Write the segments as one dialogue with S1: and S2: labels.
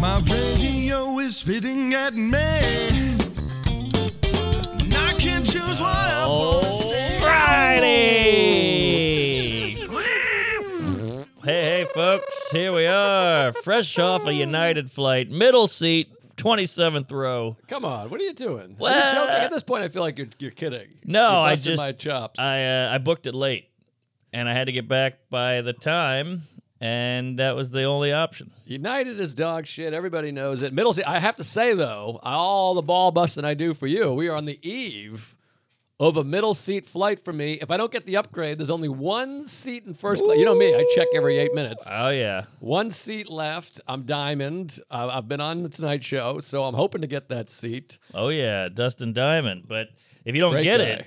S1: My radio is spitting at me. And I can choose what I want to say.
S2: Friday. Hey, hey, folks. Here we are, fresh off a United flight, middle seat, 27th row.
S3: Come on, what are you doing? Are you
S2: Well- uh,
S3: joking? At this point, I feel like you're, you're kidding.
S2: No,
S3: You're
S2: I
S3: busting
S2: just-
S3: my chops.
S2: I, uh, I booked it late, and I had to get back by the time, and that was the only option.
S3: United is dog shit. Everybody knows it. Middle. I have to say though, all the ball busting I do for you, we are on the eve of a middle seat flight for me. If I don't get the upgrade, there's only one seat in first class. You know me. I check every eight minutes.
S2: Oh, yeah.
S3: One seat left. I'm diamond. I- I've been on the Tonight Show, so I'm hoping to get that seat.
S2: Oh, yeah. Dustin Diamond. But if you don't
S3: Great
S2: get
S3: guy.
S2: it,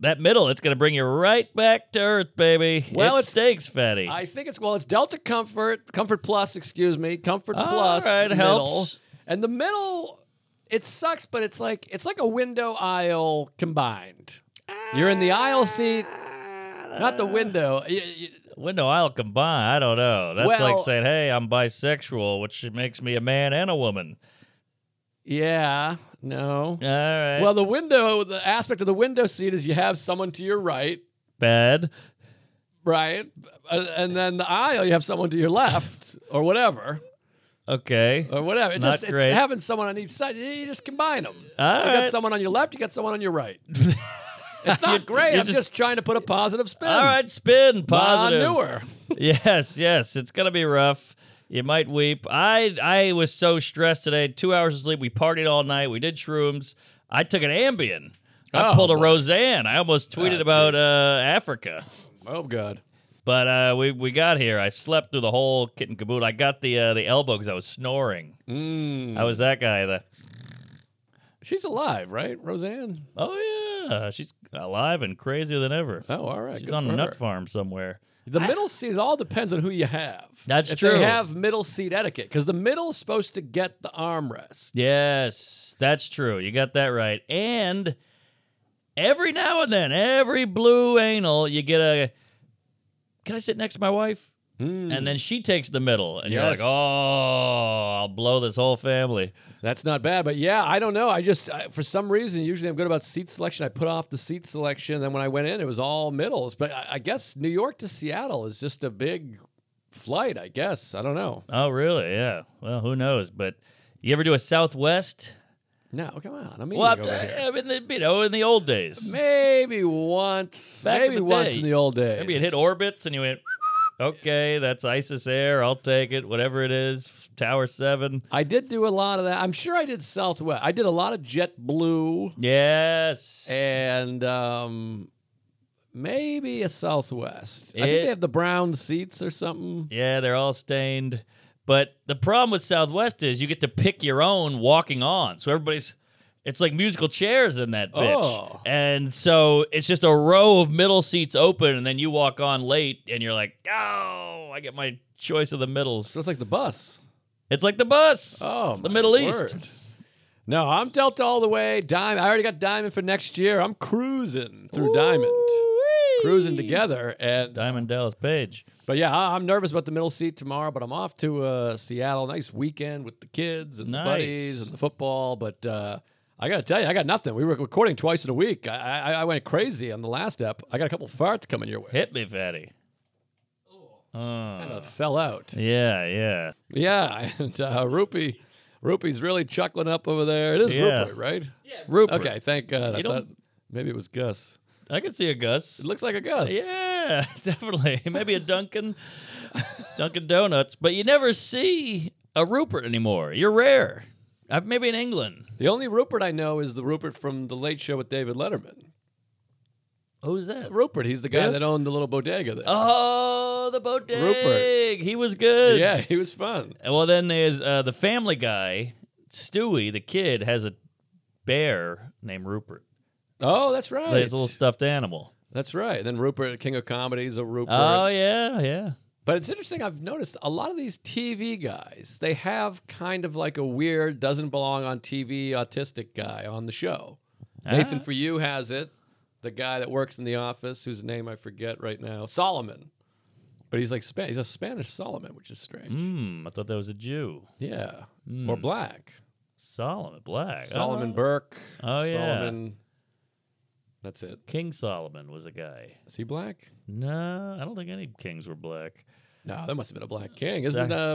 S2: that middle, it's going to bring you right back to earth, baby.
S3: Well,
S2: it
S3: it's-
S2: stakes, fatty.
S3: I think it's well. It's Delta Comfort, Comfort Plus, excuse me, Comfort
S2: All
S3: Plus.
S2: right,
S3: middle.
S2: helps.
S3: And the middle, it sucks, but it's like it's like a window aisle combined. You're in the aisle seat, not the window. Y- y-
S2: Window aisle combined. I don't know. That's like
S3: Well-
S2: saying, "Hey, I'm bisexual," which makes me a man and a woman.
S3: Yeah, no.
S2: All right.
S3: Well, the window, the aspect of the window seat is you have someone to your right,
S2: bad.
S3: right, Uh, and then the aisle you have someone to your left or whatever
S2: Okay.
S3: or whatever. It
S2: Not
S3: just,
S2: great.
S3: It's having someone on each side. You- You just combine them.
S2: All
S3: You
S2: right.
S3: got someone on your left, you got someone on your right. It's not great.
S2: you're
S3: I'm just,
S2: just-
S3: trying to put a positive spin.
S2: All right. Spin positive.
S3: Von Neuer.
S2: yes, yes. It's gonna be rough. You might weep. I I was so stressed today. Two hours of sleep. We partied all night. We did shrooms. I took an Ambien. I
S3: Oh,
S2: pulled a
S3: boy.
S2: Roseanne. I almost tweeted
S3: Ah,
S2: about
S3: jeez.
S2: uh, Africa.
S3: Oh, God.
S2: But uh, we we got here. I slept through the whole kit and caboodle. I got the uh, the elbow because I was snoring.
S3: Mm.
S2: I was that guy. The
S3: She's alive, right, Roseanne?
S2: oh yeah, she's alive and crazier than ever.
S3: Oh, all right.
S2: she's
S3: good
S2: on
S3: for
S2: a
S3: her.
S2: nut farm somewhere.
S3: The middle seat, it all depends on who you have.
S2: That's
S3: if
S2: true.
S3: They have middle seat etiquette because the middle's supposed to get the armrest.
S2: Yes, that's true. You got that right. And every now and then, every blue anal, you get a. Can I sit next to my wife? And then she takes the middle, and you're like,
S3: Hmm. Yes.
S2: oh, I'll blow this whole family.
S3: That's not bad, but yeah, I don't know. I just I, for some reason usually I'm good about seat selection. I put off the seat selection, and then when I went in, it was all middles. But I, I guess New York to Seattle is just a big flight. I guess I don't know.
S2: Oh, really? Yeah. Well, who knows? But you ever do a Southwest?
S3: No, come on. I mean,
S2: Well, I'm
S3: over here.
S2: I mean, the, you know, in the old days,
S3: Maybe once.
S2: Back in
S3: maybe
S2: the
S3: once
S2: day.
S3: in the old days.
S2: maybe it hit orbits and you went, okay, that's ISIS Air. I'll take it, whatever it is, Tower Seven.
S3: I did do a lot of that. I'm sure I did Southwest. I did a lot of JetBlue
S2: Yes.
S3: and um, maybe a Southwest. I think
S2: It-
S3: they have the brown seats or something.
S2: yeah, they're all stained. But the problem with Southwest is you get to pick your own walking on. So everybody's, it's like musical chairs in that bitch.
S3: Oh.
S2: And so it's just a row of middle seats open, and then you walk on late, and you're like, oh, I get my choice of the middles.
S3: So it's like the bus.
S2: It's like the bus.
S3: Oh,
S2: It's the
S3: my
S2: Middle
S3: word.
S2: East.
S3: No, I'm Delta all the way. Diamond. I already got Diamond for next year. I'm cruising through Diamond, cruising together. And
S2: Diamond Dallas Page.
S3: but yeah, I, I'm nervous about the middle seat tomorrow. But I'm off to uh, Seattle. Nice weekend with the kids and
S2: Nice.
S3: the buddies and the football. But uh, I gotta tell you, I got nothing. We were recording twice in a week. I, I, I went crazy on the last ep. I got a couple farts coming your way.
S2: Hit me, fatty.
S3: Kind of fell out.
S2: Yeah, yeah.
S3: Yeah, and uh, Rupee, Rupee's really chuckling up over there. It is
S2: Yeah.
S3: Rupee, right?
S2: Rupert.
S3: Okay, thank God. I
S2: You don't-
S3: thought maybe it was Gus.
S2: I can see a Gus.
S3: It looks like a Gus.
S2: Yeah, definitely. Maybe a Dunkin', Dunkin' Donuts. But you never see a Rupert anymore. You're rare. Uh, maybe in England.
S3: The only Rupert I know is the Rupert from the Late Show with David Letterman.
S2: Who's that?
S3: Rupert, he's the guy
S2: Biff?
S3: that owned the little bodega there.
S2: Oh, the bodega. He was good.
S3: Yeah, he was fun.
S2: And Well, then there's uh, the Family Guy. Stewie, the kid, has a bear named Rupert.
S3: Oh, that's right.
S2: Like His little stuffed animal.
S3: That's right. Then Rupert, King of Comedy's a Rupert.
S2: Oh yeah, yeah.
S3: But it's interesting. I've noticed a lot of these TV guys. They have kind of like a weird, doesn't belong on TV, autistic guy on the show. Nathan
S2: Ah.
S3: for you has it. The guy that works in the office, whose name I forget right now, Solomon. But he's like Spa- he's a Spanish Solomon, which is strange.
S2: Hmm. I thought that was a Jew.
S3: Yeah, or black.
S2: Solomon Black.
S3: Solomon
S2: Mm. Oh.
S3: Burke.
S2: Oh, yeah.
S3: Solomon. That's it.
S2: King Solomon was a guy.
S3: Is he black?
S2: No, I don't think any kings were black.
S3: No, there must have been a black king, isn't
S2: Sac-
S3: uh,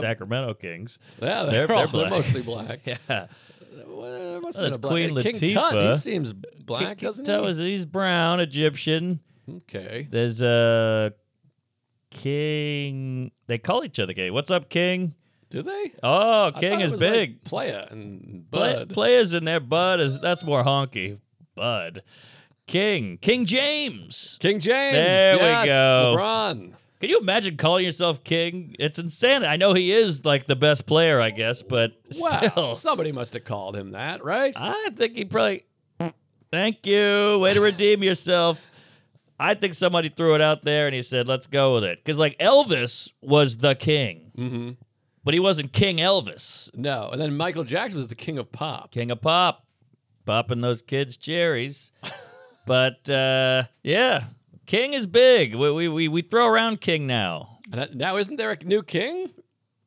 S2: Sacramento Kings.
S3: Yeah, they're,
S2: They're-
S3: all-
S2: they're
S3: they're
S2: black.
S3: mostly black.
S2: Yeah.
S3: Well, there must have
S2: Well, that's
S3: been a black-
S2: Queen
S3: King Tut, he
S2: Latifah.
S3: seems black,
S2: King
S3: doesn't
S2: Tut
S3: he?
S2: was- he's brown, Egyptian.
S3: okay.
S2: There's a king. They call each other king. What's up, king?
S3: Do they?
S2: Oh,
S3: I
S2: king
S3: thought it
S2: is
S3: was
S2: big.
S3: Like Playa and
S2: Play-
S3: Bud.
S2: players in there. Bud is that's more honky. Bud, King, King James.
S3: King James.
S2: There we
S3: yes,
S2: go.
S3: LeBron.
S2: Can you imagine calling yourself King? It's insanity. I know he is like the best player, I guess, but
S3: Wow.
S2: still,
S3: Somebody must have called him that, right?
S2: I think he probably. Thank you. Way to redeem yourself. I think somebody threw it out there and he said, "Let's go with it," because like Elvis was the king,
S3: mm-hmm.
S2: but he wasn't King Elvis.
S3: No. And then Michael Jackson was the king of pop.
S2: King of Pop, popping those kids' cherries. but uh, yeah, King is big. We, we we we throw around King now.
S3: And that- now, isn't there a new king? 'Cause,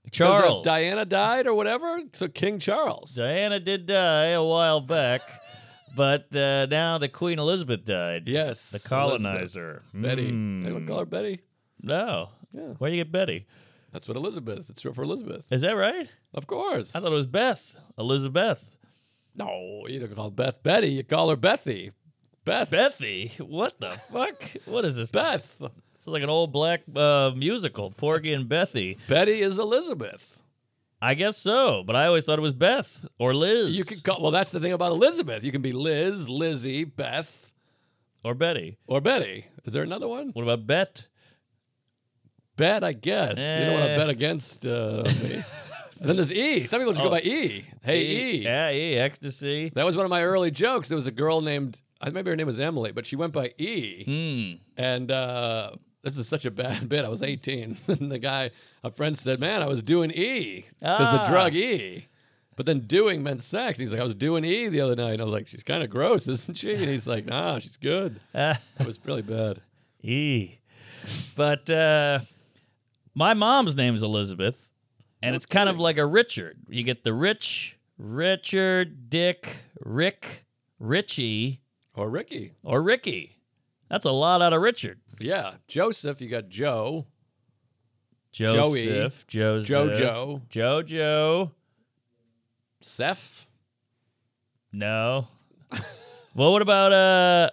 S3: uh,
S2: Charles,
S3: Diana died or whatever. So King Charles.
S2: Diana did die a while back, but uh, now the Queen Elizabeth died.
S3: Yes.
S2: the
S3: Elizabeth.
S2: colonizer.
S3: Betty.
S2: Mm.
S3: They don't call her Betty.
S2: No,
S3: Yeah.
S2: where you get Betty?
S3: That's what Elizabeth. It's short for Elizabeth.
S2: Is that right?
S3: Of course.
S2: I thought it was Beth, Elizabeth,
S3: No, you don't call Beth Betty. You call her Bethy. Beth.
S2: Bethy. What the fuck? What is this?
S3: Beth.
S2: It's like an old black uh, musical, Porgy and Bethy.
S3: Betty is Elizabeth.
S2: I guess so, but I always thought it was Beth or Liz
S3: You can call. Well, that's the thing about Elizabeth. You can be Liz, Lizzie, Beth,
S2: or Betty.
S3: or Betty. Is there another one?
S2: What about Bet?
S3: Bet, I guess. You don't want to
S2: Eh. bet
S3: bet against uh, me. then there's E. Some people just go by E. Hey, E.
S2: Yeah, E, ecstasy.
S3: That was one of my early jokes. There was a girl named. I Maybe her name was Emily, but she went by E.
S2: Mm.
S3: And uh, this is such a bad bit. I was 18, and the guy, a friend said, "Man, I was doing E because
S2: Ah.
S3: the drug E." But then doing meant sex. He's like, "I was doing E the other night," and I was like, "She's kind of gross, isn't she?" And he's like, "Nah, she's good."
S2: Ah,
S3: That was really bad.
S2: e. But uh, my mom's name's Elizabeth, and it's kind of like a Richard. You get the Rich, Richard, Dick, Rick, Richie,
S3: Or Ricky,
S2: or Ricky. That's a lot out of Richard.
S3: yeah, Joseph. You got Joe, Joey.
S2: Joseph, Joseph,
S3: Jojo.
S2: Jojo.
S3: Seth.
S2: No. well, what about uh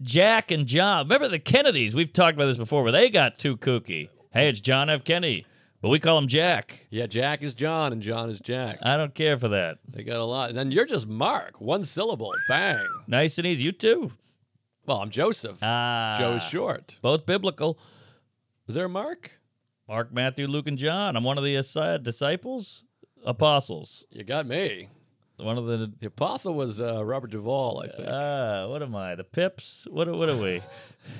S2: Jack and John? Remember the Kennedys? We've talked about this before, where they got too kooky. Hey, it's John F. Kennedy, but we call him Jack.
S3: Yeah, Jack is John, and John is Jack.
S2: I don't care for that.
S3: They got a lot. And then you're just Mark, one syllable, bang.
S2: Nice and easy. You too.
S3: Well, I'm Joseph.
S2: Ah,
S3: Joe's short.
S2: Both biblical.
S3: Is there a Mark?
S2: Mark, Matthew, Luke, and John. I'm one of the aside disciples, apostles.
S3: You got me.
S2: One of the.
S3: The apostle was uh, Robert Duvall, I think.
S2: Ah, what am I? The Pips? What? What are we?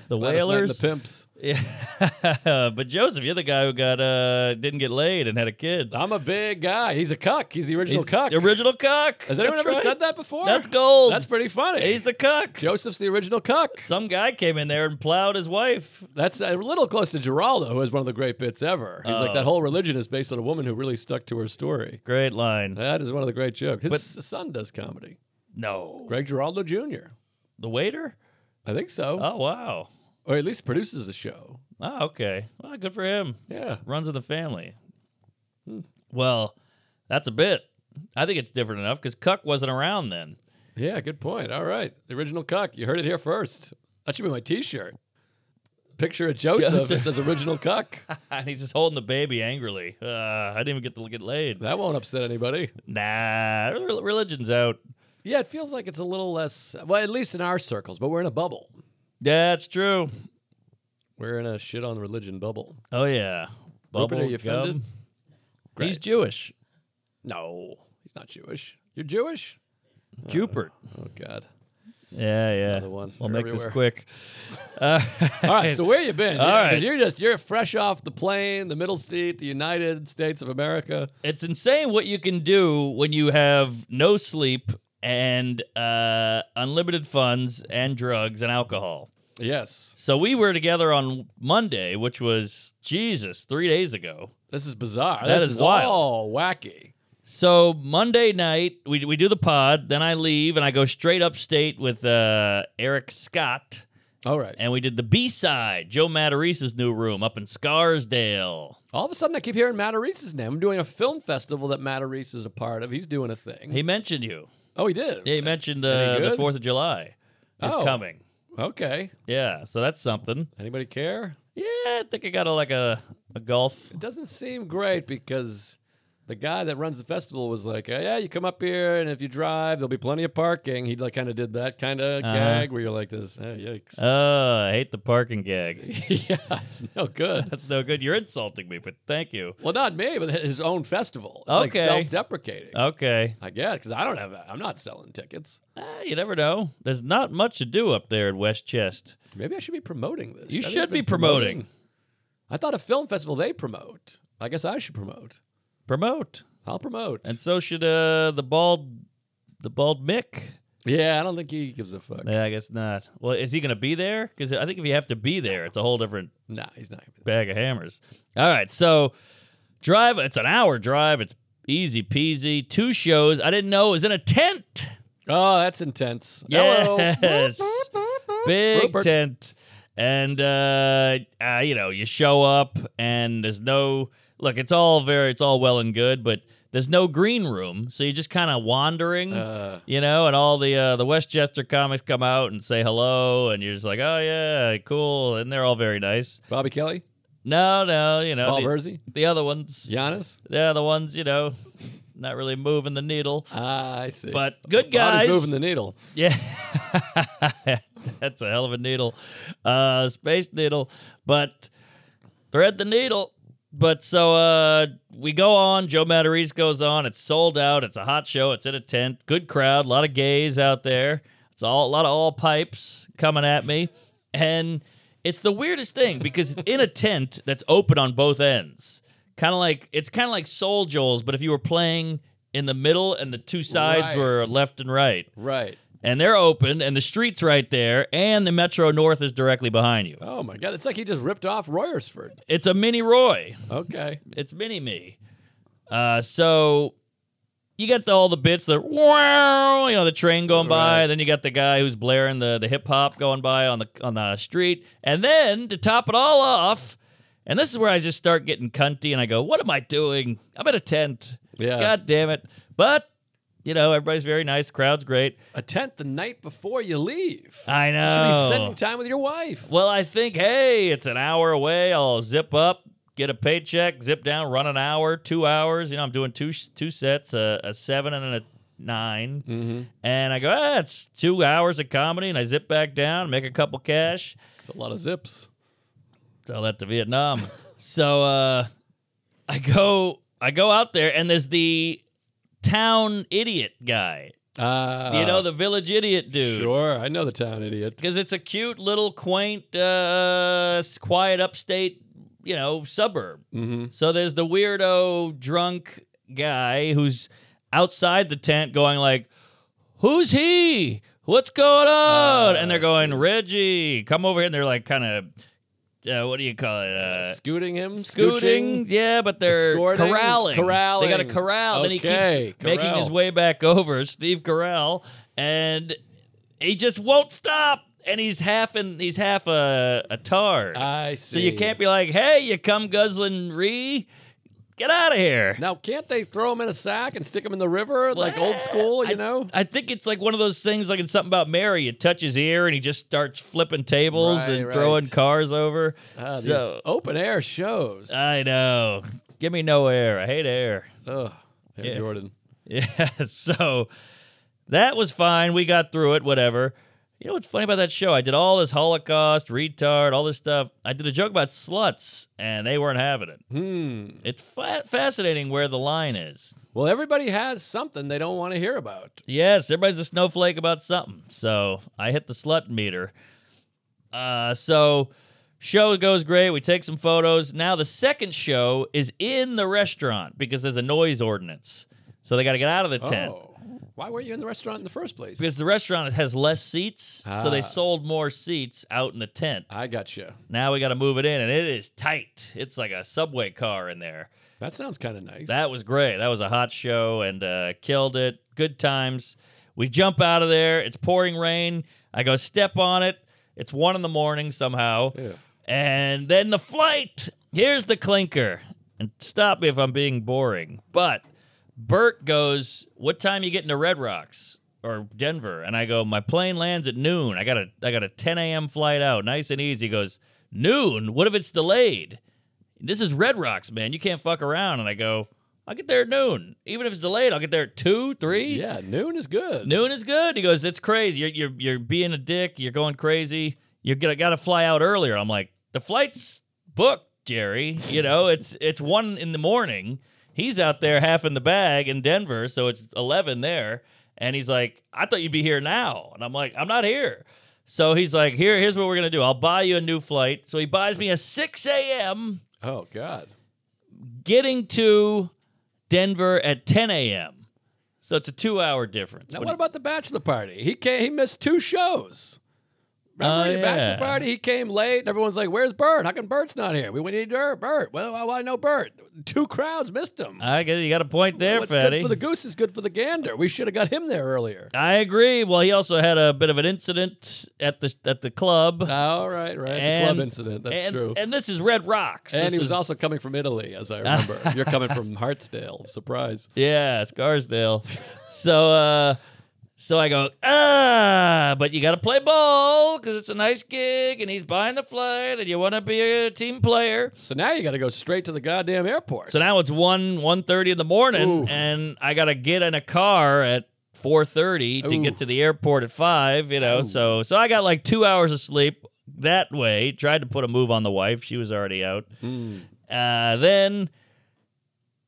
S2: The
S3: Gladys Knight and
S2: Whalers?
S3: the pimps.
S2: Yeah, but Joseph, you're the guy who got uh didn't get laid and had a kid.
S3: I'm a big guy. He's a cuck. He's the original
S2: He's
S3: cuck.
S2: The original cuck.
S3: Has anyone
S2: That's
S3: ever
S2: right.
S3: said that before?
S2: That's gold.
S3: That's pretty funny.
S2: He's the cuck.
S3: Joseph's the original cuck.
S2: Some guy came in there and plowed his wife.
S3: That's a little close to Geraldo, who has one of the great bits ever. He's like
S2: Oh.
S3: that whole religion is based on a woman who really stuck to her story.
S2: Great line.
S3: That is one of the great jokes. His
S2: But-
S3: son does comedy.
S2: No.
S3: Greg Geraldo Jr.
S2: The waiter?
S3: I think so,
S2: Oh wow.
S3: or at least produces a show.
S2: Oh, okay. Well, good for him.
S3: Yeah.
S2: Runs in the family. Hmm. Well, that's a bit. I think it's different enough because Cuck wasn't around then.
S3: Yeah, good point. All right. The original cuck. You heard it here first. That should be my t shirt. Picture of Joseph. It
S2: Joseph.
S3: says original cuck.
S2: and he's just holding the baby angrily. Uh, I didn't even get to get laid.
S3: That won't upset anybody.
S2: Nah, re- religion's out.
S3: Yeah, it feels like it's a little less, well, at least in our circles, but we're in a bubble.
S2: That's true.
S3: We're in a shit on religion bubble.
S2: Oh yeah.
S3: Rupert,
S2: Bubble
S3: are you
S2: gum.
S3: offended? Oh.
S2: He's Jewish.
S3: No, he's not Jewish. You're Jewish?
S2: Jupert.
S3: Oh God.
S2: Yeah, yeah.
S3: Another one.
S2: We'll
S3: They're
S2: make this
S3: everywhere.
S2: quick.
S3: All right, so where you been?
S2: All
S3: All
S2: right.
S3: you're just you're fresh off the plane, the middle seat, the United States of America.
S2: It's insane what you can do when you have no sleep and uh, unlimited funds and drugs and alcohol.
S3: Yes,
S2: So we were together on Monday, which was Jesus, three days ago.
S3: this is bizarre.
S2: That
S3: this
S2: is wild.
S3: all wacky.
S2: So Monday night, we, we do the pod. Then I leave and I go straight upstate with uh, Eric Scott.
S3: All right.
S2: And we did the B side, Joe Matarese's new room up in Scarsdale.
S3: All of a sudden, I keep hearing Matt Reese's name. I'm doing a film festival that Matt Reese is a part of. He's doing a thing.
S2: He mentioned you.
S3: oh, he did.
S2: Yeah, he mentioned uh,
S3: Any
S2: the, the
S3: good?
S2: 4th of July is
S3: Oh.
S2: coming.
S3: Okay.
S2: Yeah, so that's something.
S3: Anybody care?
S2: Yeah, I think I got a, like a, a golf.
S3: It doesn't seem great because the guy that runs the festival was like, "Uh, "Yeah, you come up here, and if you drive, there'll be plenty of parking." He like kind of did that kind of gag where you're like, "This, oh, yikes."
S2: Oh, I hate the parking gag.
S3: yeah, it's no good.
S2: That's no good. You're insulting me, but thank you.
S3: Well, not me, but his own festival. It's like
S2: Okay. Uh-huh.
S3: self-deprecating,
S2: Okay.
S3: I guess, because I don't have. I'm not selling tickets.
S2: Ah, you never know. There's not much to do up there in West Chest.
S3: Maybe I should be promoting this.
S2: You
S3: I've
S2: should
S3: been
S2: be promoting.
S3: I thought a film festival they promote. I guess I should promote.
S2: Promote.
S3: I'll promote.
S2: And so should uh, the bald the bald Mick.
S3: yeah, I don't think he gives a fuck.
S2: Yeah, I guess not. Well, is he going to be there? Because I think if you have to be there, it's a whole different
S3: Nah, he's not.
S2: bag of hammers. All right, so drive. It's an hour drive. It's easy peasy. Two shows. I didn't know it was in a tent.
S3: Oh, that's intense. Hello.
S2: Yes, big
S3: Rupert.
S2: tent. And uh, uh, you know, you show up, and there's no look. It's all very. It's all well and good, but there's no green room, so you're just kind of wandering.
S3: Uh,
S2: you know, and all the uh, the Westchester comics come out and say hello, and you're just like, oh yeah, cool, and they're all very nice.
S3: Bobby Kelly,
S2: No, no, you know,
S3: Paul
S2: the-
S3: Verzi,
S2: the other ones.
S3: Giannis.
S2: They're the ones, you know, not really moving the needle.
S3: Ah, I see.
S2: But good
S3: Bobby's
S2: guys.
S3: moving the needle.
S2: Yeah. That's a hell of a needle. Uh space needle. But thread the needle. But so uh we go on, Joe Matarese goes on, it's sold out, it's a hot show, it's in a tent, good crowd, a lot of gays out there. It's all a lot of all pipes coming at me. And it's the weirdest thing because it's in a tent that's open on both ends. Kind of like it's kind of like Soul Joel's, but if you were playing in the middle and the two sides
S3: Right.
S2: were left and right
S3: Right.
S2: and they're open, and the street's right there, and the Metro North is directly behind you.
S3: Oh my God, it's like he just ripped off Royersford.
S2: It's a mini Roy.
S3: Okay.
S2: It's mini me. Uh, so you got the, all the bits that wow, you know, the train going by.
S3: Right.
S2: Then you got the guy who's blaring the the hip hop going by on the on the street, and then to top it all off. And this is where I just start getting cunty, and I go, "What am I doing? I'm in a tent.
S3: Yeah.
S2: God damn it!" But you know, everybody's very nice. Crowd's great.
S3: A tent the night before you leave.
S2: I
S3: You
S2: know.
S3: should be spending time with your wife.
S2: Well, I think, hey, it's an hour away. I'll zip up, get a paycheck, zip down, run an hour, two hours. You know, I'm doing two two sets, a, a seven and a 9 And I go, ah, it's two hours of comedy. And I zip back down, make a couple cash,
S3: It's a lot of zips.
S2: sell that to Vietnam. so uh, I go, I go out there, and there's the town idiot guy.
S3: Uh,
S2: You know, the village idiot dude.
S3: Sure, I know the town idiot.
S2: because it's a cute little quaint uh s- quiet upstate you know suburb
S3: Mm-hmm.
S2: so there's the weirdo drunk guy who's outside the tent going like who's he what's going on and they're going reggie come over here and they're like kind of uh, what do you call it uh,
S3: Scooting him, scooching?
S2: Scooting, yeah, but they're
S3: Escorting?
S2: corralling.
S3: Corralling.
S2: They got a corral. Then he keeps
S3: Okay,
S2: making
S3: corral.
S2: his way back over, Steve Corral, and he just won't stop. And he's half in, he's half a, a tar.
S3: I see.
S2: so you can't be like, hey, you come guzzling re, get out of here.
S3: Now, can't they throw him in a sack and stick him in the river like old school? You
S2: I-
S3: know,
S2: I think it's like one of those things, like in something about Mary. You touch his ear, and he just starts flipping tables
S3: Right,
S2: and
S3: right.
S2: throwing cars over.
S3: Ah, these
S2: so
S3: open air shows.
S2: I know. Give me no air. I hate air.
S3: Ugh, Air
S2: yeah.
S3: Jordan.
S2: Yeah, so that was fine. We got through it, whatever. You know what's funny about that show? I did all this Holocaust, retard, all this stuff. I did a joke about sluts, and they weren't having it.
S3: Hmm.
S2: It's fa- fascinating where the line is.
S3: Well, everybody has something they don't want to hear about.
S2: Yes, everybody's a snowflake about something. So I hit the slut meter. Uh, so show goes great. We take some photos. Now the second show is in the restaurant because there's a noise ordinance. So they got to get out of the tent.
S3: Oh, why were you in the restaurant in the first place?
S2: Because the restaurant has less seats, so
S3: Ah.
S2: they sold more seats out in the tent.
S3: I got you.
S2: Now we got to move it in, and it is tight. It's like a subway car in there.
S3: That sounds kind of nice.
S2: That was great. That was a hot show and uh, killed it. Good times. We jump out of there. It's pouring rain. I go step on it. It's one in the morning somehow.
S3: Ew.
S2: And then the flight. Here's the clinker. And stop me if I'm being boring. But Bert goes, "What time you getting to Red Rocks or Denver?" And I go, "My plane lands at noon. I got a I got a 10 a.m. flight out, nice and easy." He goes, "Noon? What if it's delayed? This is Red Rocks, man. You can't fuck around." And I go, "I'll get there at noon. Even if it's delayed, I'll get there at two, three.
S3: yeah, noon is good.
S2: Noon is good." He goes, "It's crazy. You're you're, you're being a dick. You're going crazy. You're gonna gotta fly out earlier." I'm like, "The flight's booked, Jerry. You know, it's it's one in the morning." he's out there half in the bag in Denver, so it's 11 there. And he's like, I thought you'd be here now. And I'm like, I'm not here. So he's like, here, here's what we're going to do. I'll buy you a new flight. So he buys me a 6 a.m.
S3: Oh God.
S2: getting to Denver at 10 a.m. So it's a two hour difference.
S3: Now
S2: What
S3: what about the bachelor party? He came. He missed two shows. Remember
S2: Oh,
S3: the
S2: yeah.
S3: bachelor party? He came late. And everyone's like, "Where's Bert? How come Bert's not here? We we need Bert. Bert. Well, why- why no Bert? Two crowds missed him.
S2: I guess you got a point there,
S3: What's
S2: Fatty.
S3: good for the goose is good for the gander. We should have got him there earlier.
S2: I agree. Well, he also had a bit of an incident at the at the club.
S3: All right, right. the club incident. That's
S2: and-
S3: true.
S2: And this is Red Rocks.
S3: And
S2: This
S3: he was
S2: is-
S3: also coming from Italy, as I remember. You're coming from Hartsdale. Surprise.
S2: Yeah, Scarsdale. so uh so I go, ah, but you got to play ball because it's a nice gig and he's buying the flight and you want to be a team player.
S3: So now you got to go straight to the goddamn airport.
S2: So now it's 1 1.30 in the morning
S3: Ooh.
S2: and I got to get in a car at 4.30 to
S3: Ooh.
S2: get to the airport at 5, you know. So so I got like two hours of sleep that way. Tried to put a move on the wife. She was already out.
S3: Hmm.
S2: Uh, then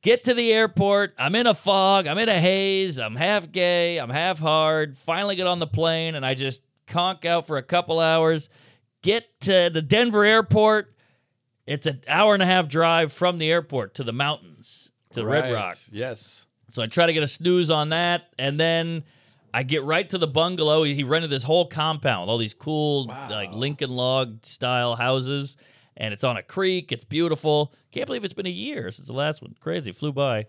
S2: get to the airport. I'm in a fog. I'm in a haze. I'm half gay. I'm half hard. Finally get on the plane and I just conk out for a couple hours. Get to the Denver airport. It's an hour and a half drive from the airport to the mountains, to Red
S3: Right.
S2: Rock.
S3: Yes.
S2: So I try to get a snooze on that, and then I get right to the bungalow. He he rented this whole compound with all these cool,
S3: Wow.
S2: like Lincoln log style houses, and it's on a creek. It's beautiful. Can't believe it's been a year since the last one. Crazy, flew by.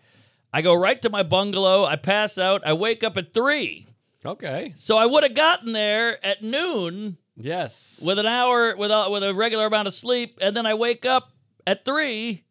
S2: I go right to my bungalow. I pass out. I wake up at three.
S3: Okay.
S2: So I would have gotten there at noon
S3: Yes.
S2: with an hour with a, with a regular amount of sleep, and then I wake up at three,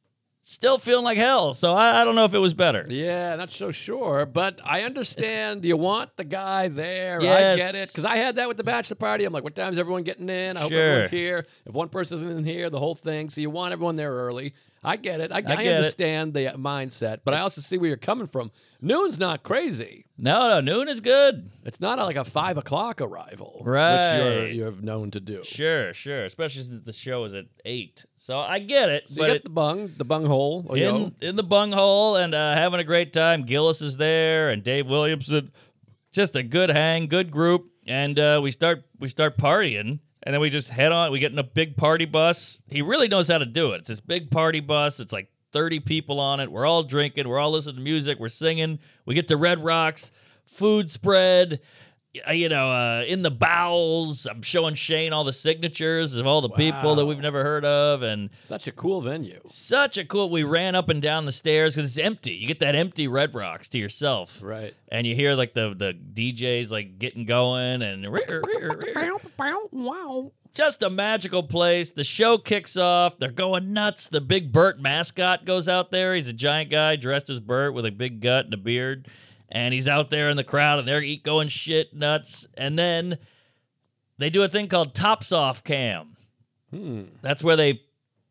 S2: still feeling like hell. So I, I don't know if it was better.
S3: Yeah, not so sure, but I understand you want the guy there. I
S2: Yes.
S3: get it. Because I had that with the bachelor party. I'm like, what time's everyone getting in? I hope
S2: Sure.
S3: everyone's here. If one person isn't here, the whole thing. So you want everyone there early. I get it. I, I
S2: get it.
S3: understand the mindset, but I also see where you're coming from. Noon's not crazy.
S2: No, no, noon is good.
S3: It's not like a five o'clock arrival, Which you're,
S2: Right.
S3: you're known to do.
S2: Sure, sure. Especially since the show is at eight, so I get it.
S3: So
S2: but
S3: you
S2: it-
S3: get the bung, the bung hole. Oh, yo.
S2: in in the bunghole and uh, having a great time. Gillis is there and Dave Williamson. Just a good hang, good group, and uh, we start we start partying, and then we just head on. We get in a big party bus. He really knows how to do it. It's this big party bus. It's like thirty people on it. We're all drinking. We're all listening to music. We're singing. We get to Red Rocks. Food spread. y- You know, uh, in the bowels. I'm showing Shane all the signatures of all the people that
S3: Wow.
S2: we've never heard of, and
S3: Such a cool venue.
S2: such a cool. We ran up and down the stairs because it's empty. You get that empty Red Rocks to yourself,
S3: Right.
S2: and you hear like the the DJs like getting going and rir, rir, rir.
S3: Wow.
S2: just a magical place. The show kicks off. They're going nuts. The big Bert mascot goes out there. He's a giant guy dressed as Bert with a big gut and a beard, and he's out there in the crowd and they're eat- going shit nuts. And then they do a thing called tops off cam.
S3: Hmm.
S2: That's where they,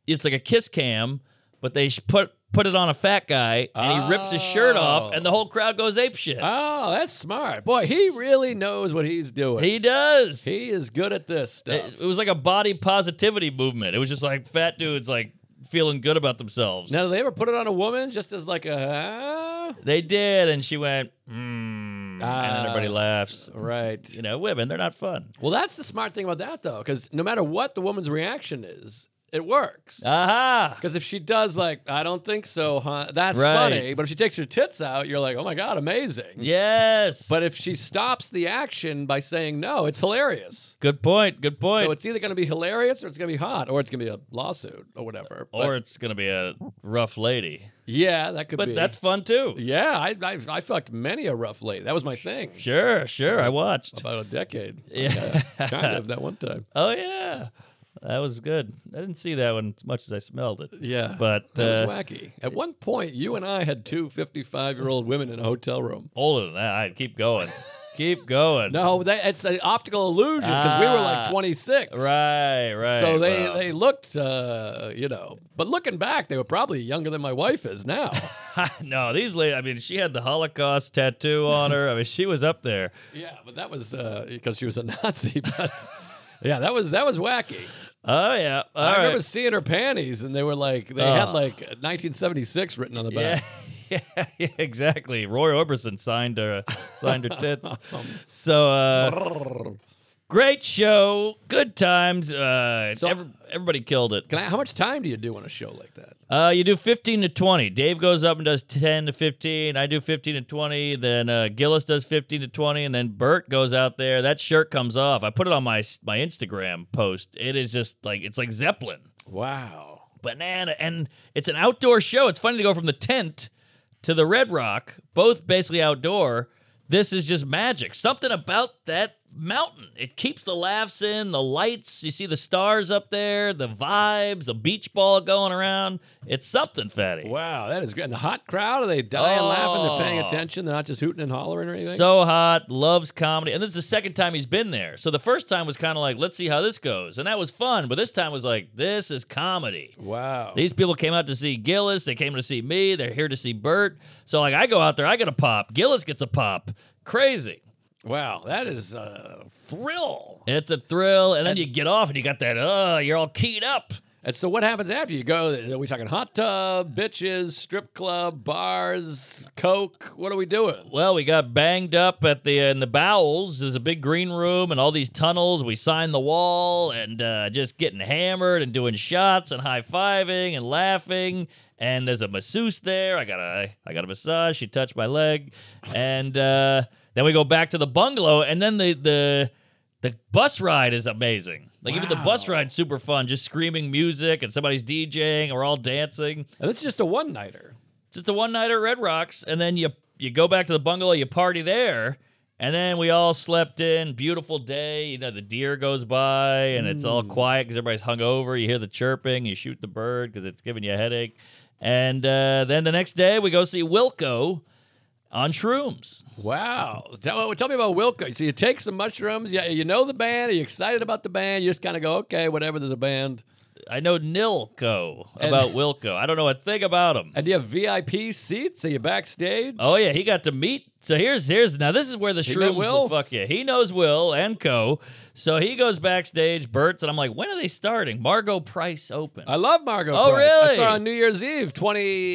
S2: it's like a kiss cam, but they sh- put put it on a fat guy, and he rips his shirt off, and the whole crowd goes ape shit.
S3: Oh, that's smart. Boy, he really knows what he's doing. He,
S2: he does.
S3: is good at this stuff.
S2: it, it was like a body positivity movement. It was just like fat dudes like feeling good about themselves.
S3: now, do they ever put it on a woman just as like a.
S2: They did, and she went, mm, and then
S3: Ah.
S2: everybody laughs.
S3: Right.
S2: You know, women, they're not fun.
S3: Well, that's the smart thing about that, though, because no matter what the woman's reaction is, it works.
S2: Aha!
S3: Because if she does, like, I don't think so, huh? That's
S2: Right.
S3: funny. But if she takes her tits out, you're like, oh my God, amazing.
S2: Yes.
S3: But if she stops the action by saying no, it's hilarious.
S2: good point, good point.
S3: So it's either going to be hilarious or it's going to be hot or it's going to be a lawsuit or whatever. But
S2: or it's gonna be a rough lady.
S3: yeah, that could
S2: But
S3: be.
S2: that's fun too.
S3: yeah, I, I I fucked many a rough lady. That was my thing.
S2: Sure, sure. I watched.
S3: About a decade.
S2: Yeah.
S3: kind of that one time.
S2: oh yeah, that was good. I didn't see that one as much as I smelled it.
S3: Yeah.
S2: But
S3: That
S2: uh,
S3: was wacky. At one point, you and I had two 55 year old women in a hotel room.
S2: older than that, I'd keep going. keep going.
S3: No, that, it's an optical illusion because we were like
S2: Ah,
S3: 26.
S2: Right, right.
S3: So they,
S2: well.
S3: they looked, uh, you know, but looking back, they were probably younger than my wife is now.
S2: no, these ladies. I mean, she had the Holocaust tattoo on her. I mean, she was up there.
S3: yeah, but that was because she was a Nazi. But yeah, that was that was wacky.
S2: Oh yeah. All
S3: I
S2: right.
S3: remember seeing her panties, and they were like they had
S2: Oh.
S3: like 1976 written on the
S2: Yeah.
S3: back.
S2: Yeah, yeah, exactly. Roy Orbison signed her signed her tits.
S3: Um,
S2: So uh, great show, good times. Uh,
S3: So-
S2: every- everybody killed it.
S3: Can I, how much time do you do on a show like that?
S2: Uh, you do 15 to 20. Dave goes up and does 10 to 15. I do 15 to 20. Then uh, Gillis does 15 to 20. And then Bert goes out there. That shirt comes off. I put it on my my Instagram post. It is just like, it's like Zeppelin.
S3: Wow.
S2: Banana. And it's an outdoor show. It's funny to go from the tent to the Red Rock, both basically outdoor. This is just magic. Something about that mountain. It keeps the laughs in, the lights. You see the stars up there, the vibes, the beach ball going around. It's something, Fatty.
S3: Wow, that is great. And the hot crowd, are they dying laughing? They're paying
S2: Oh.
S3: attention. They're not just hooting and hollering or anything.
S2: So hot, loves comedy. And this is the second time he's been there. So the first time was kind of like, let's see how this goes. And that was fun. But this time was like, this is comedy.
S3: wow.
S2: These people came out to see Gillis. They came to see me. They're here to see Bert. So, like, I go out there, I get a pop. Gillis gets a pop. Crazy.
S3: wow, that is a thrill.
S2: It's a thrill. And then you get off and you got that, uh, you're all keyed up.
S3: And so, what happens after you go? Are we talking hot tub, bitches, strip club, bars, coke? What are we doing?
S2: Well, we got banged up at the in the bowels. There's a big green room and all these tunnels. We signed the wall and uh, just getting hammered and doing shots and high fiving and laughing. And there's a masseuse there. I got a I got a massage. She touched my leg, and uh, then we go back to the bungalow. And then the the the bus ride is amazing. Like even the bus
S3: Wow.
S2: ride's super fun. Just screaming music and somebody's DJing. And we're all dancing
S3: And this is just a one nighter.
S2: just a one nighter at Red Rocks, and then you you go back to the bungalow, you party there, and then we all slept in. Beautiful day, you know the deer goes by, and it's all quiet because everybody's hung over. You hear the chirping, you shoot the bird because it's giving you a headache, and uh, then the next day we go see Wilco on shrooms.
S3: Wow. Tell, tell me about Wilco. So, you take some mushrooms. Yeah, you know the band. Are you excited about the band? You just kind of go, okay, whatever, there's a band.
S2: I know Nilco about Wilco. I don't know a thing about him.
S3: And do you have VIP seats? Are you backstage?
S2: Oh yeah, he got to meet. So here's here's now this is where the
S3: met
S2: shrooms
S3: Will?
S2: will fuck you. He knows Will and Co. So he goes backstage, Bert's, and I'm like, when are they starting? Margot Price open.
S3: I love Margot.
S2: Oh,
S3: Price. I
S2: really?
S3: saw her on New Year's Eve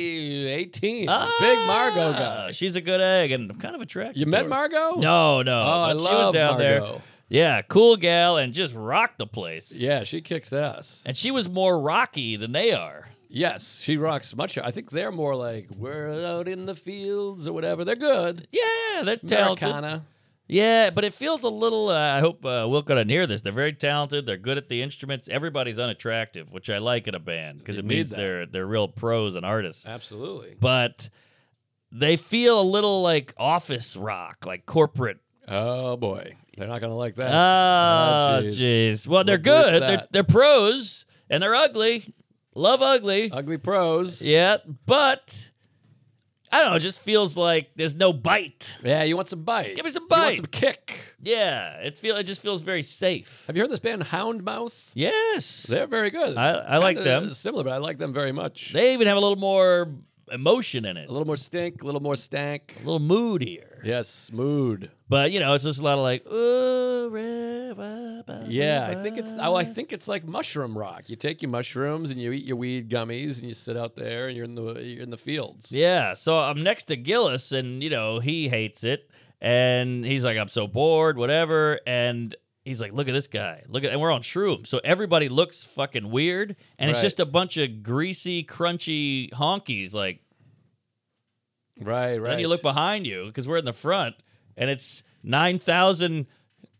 S3: 2018.
S2: Ah,
S3: Big Margot guy.
S2: She's a good egg and I'm kind of attracted.
S3: You
S2: to
S3: met
S2: her.
S3: Margot?
S2: No, no.
S3: Oh, I
S2: but
S3: love
S2: she was down
S3: Margot.
S2: there. Yeah, cool gal and just rocked the place.
S3: Yeah, she kicks ass.
S2: And she was more rocky than they are.
S3: Yes, she rocks much. I think they're more like, we're out in the fields or whatever. They're good.
S2: Yeah, they're talented.
S3: Americana.
S2: Yeah, but it feels a little. Uh, I hope uh, Wilco doesn't hear this. They're very talented. They're good at the instruments. Everybody's unattractive, which I like in a band because it
S3: need
S2: means
S3: that. Uh,
S2: they're they're real pros and artists.
S3: Absolutely.
S2: But they feel a little like office rock, like corporate.
S3: Oh, boy. They're not going to like that.
S2: Oh,
S3: jeez.
S2: jeez. Well, they're
S3: Look at
S2: good. They're,
S3: that.
S2: they're pros
S3: Uh,
S2: and they're ugly. Love ugly.
S3: Ugly pros.
S2: Yeah, but I don't know. It just feels like there's no bite.
S3: Yeah, you want some bite.
S2: Give me some
S3: You
S2: bite.
S3: want some kick.
S2: Yeah, it feel it just feels very safe.
S3: Have you heard this band Houndmouth?
S2: Yes,
S3: They're very good.
S2: I- I like
S3: Kinda
S2: them.
S3: Similar, but I like them very much.
S2: they even have a little more emotion in it,
S3: a little more stink, a little more stank.
S2: a little moodier.
S3: Yes, mood.
S2: But you know, it's just a lot of like, ooh, re- ba- ba-
S3: Yeah, I think it's.
S2: ba."
S3: Oh, I think it's like mushroom rock. You take your mushrooms and you eat your weed gummies and you sit out there and you're in the you're in the fields.
S2: Yeah, so I'm next to Gillis, and you know he hates it, and he's like, "I'm so bored, whatever." And he's like, "Look at this guy, look at," and we're on Shroom, so everybody looks fucking weird, and it's
S3: Right.
S2: just a bunch of greasy, crunchy honkies. Like,
S3: Right, right.
S2: then you look behind you because we're in the front, and it's nine thousand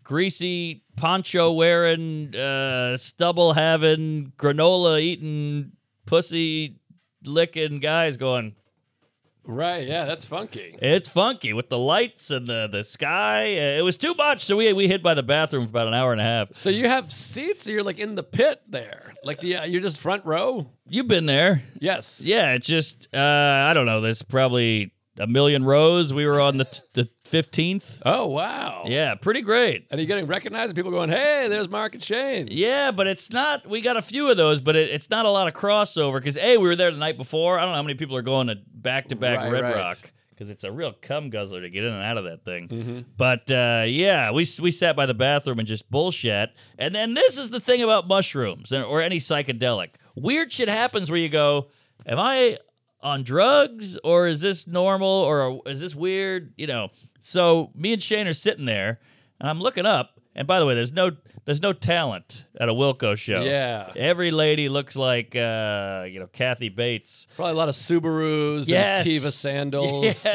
S2: greasy poncho wearing, uh, stubble having, granola eating, pussy licking guys going.
S3: Right, yeah, that's funky.
S2: It's funky with the lights and the, the sky. Uh, It was too much, so we we hid by the bathroom for about an hour and a half.
S3: So you have seats, or you're like in the pit there, like the, uh, you're just front row.
S2: You've been there,
S3: Yes.
S2: yeah. It's just uh, I don't know. There's probably a million rows. We were on the t- the fifteenth.
S3: Oh wow.
S2: Yeah, pretty great.
S3: And you're getting recognized, and people going, "Hey, there's Mark and Shane."
S2: Yeah, but it's not. We got a few of those, but it, it's not a lot of crossover because a we were there the night before. I don't know how many people are going to back to back
S3: Right,
S2: Red
S3: right.
S2: Rock because it's a real cum guzzler to get in and out of that thing. But uh, yeah, we s- we sat by the bathroom and just bullshit. And then this is the thing about mushrooms and- or any psychedelic. Weird shit happens where you go, "Am I on drugs or is this normal or is this weird?" You know. So me and Shane are sitting there, and I'm looking up. And by the way, there's no there's no talent at a Wilco show.
S3: Yeah.
S2: every lady looks like uh, you know Kathy Bates.
S3: Probably a lot of Subarus
S2: Yes.
S3: and Tiva sandals.
S2: Yes.
S3: The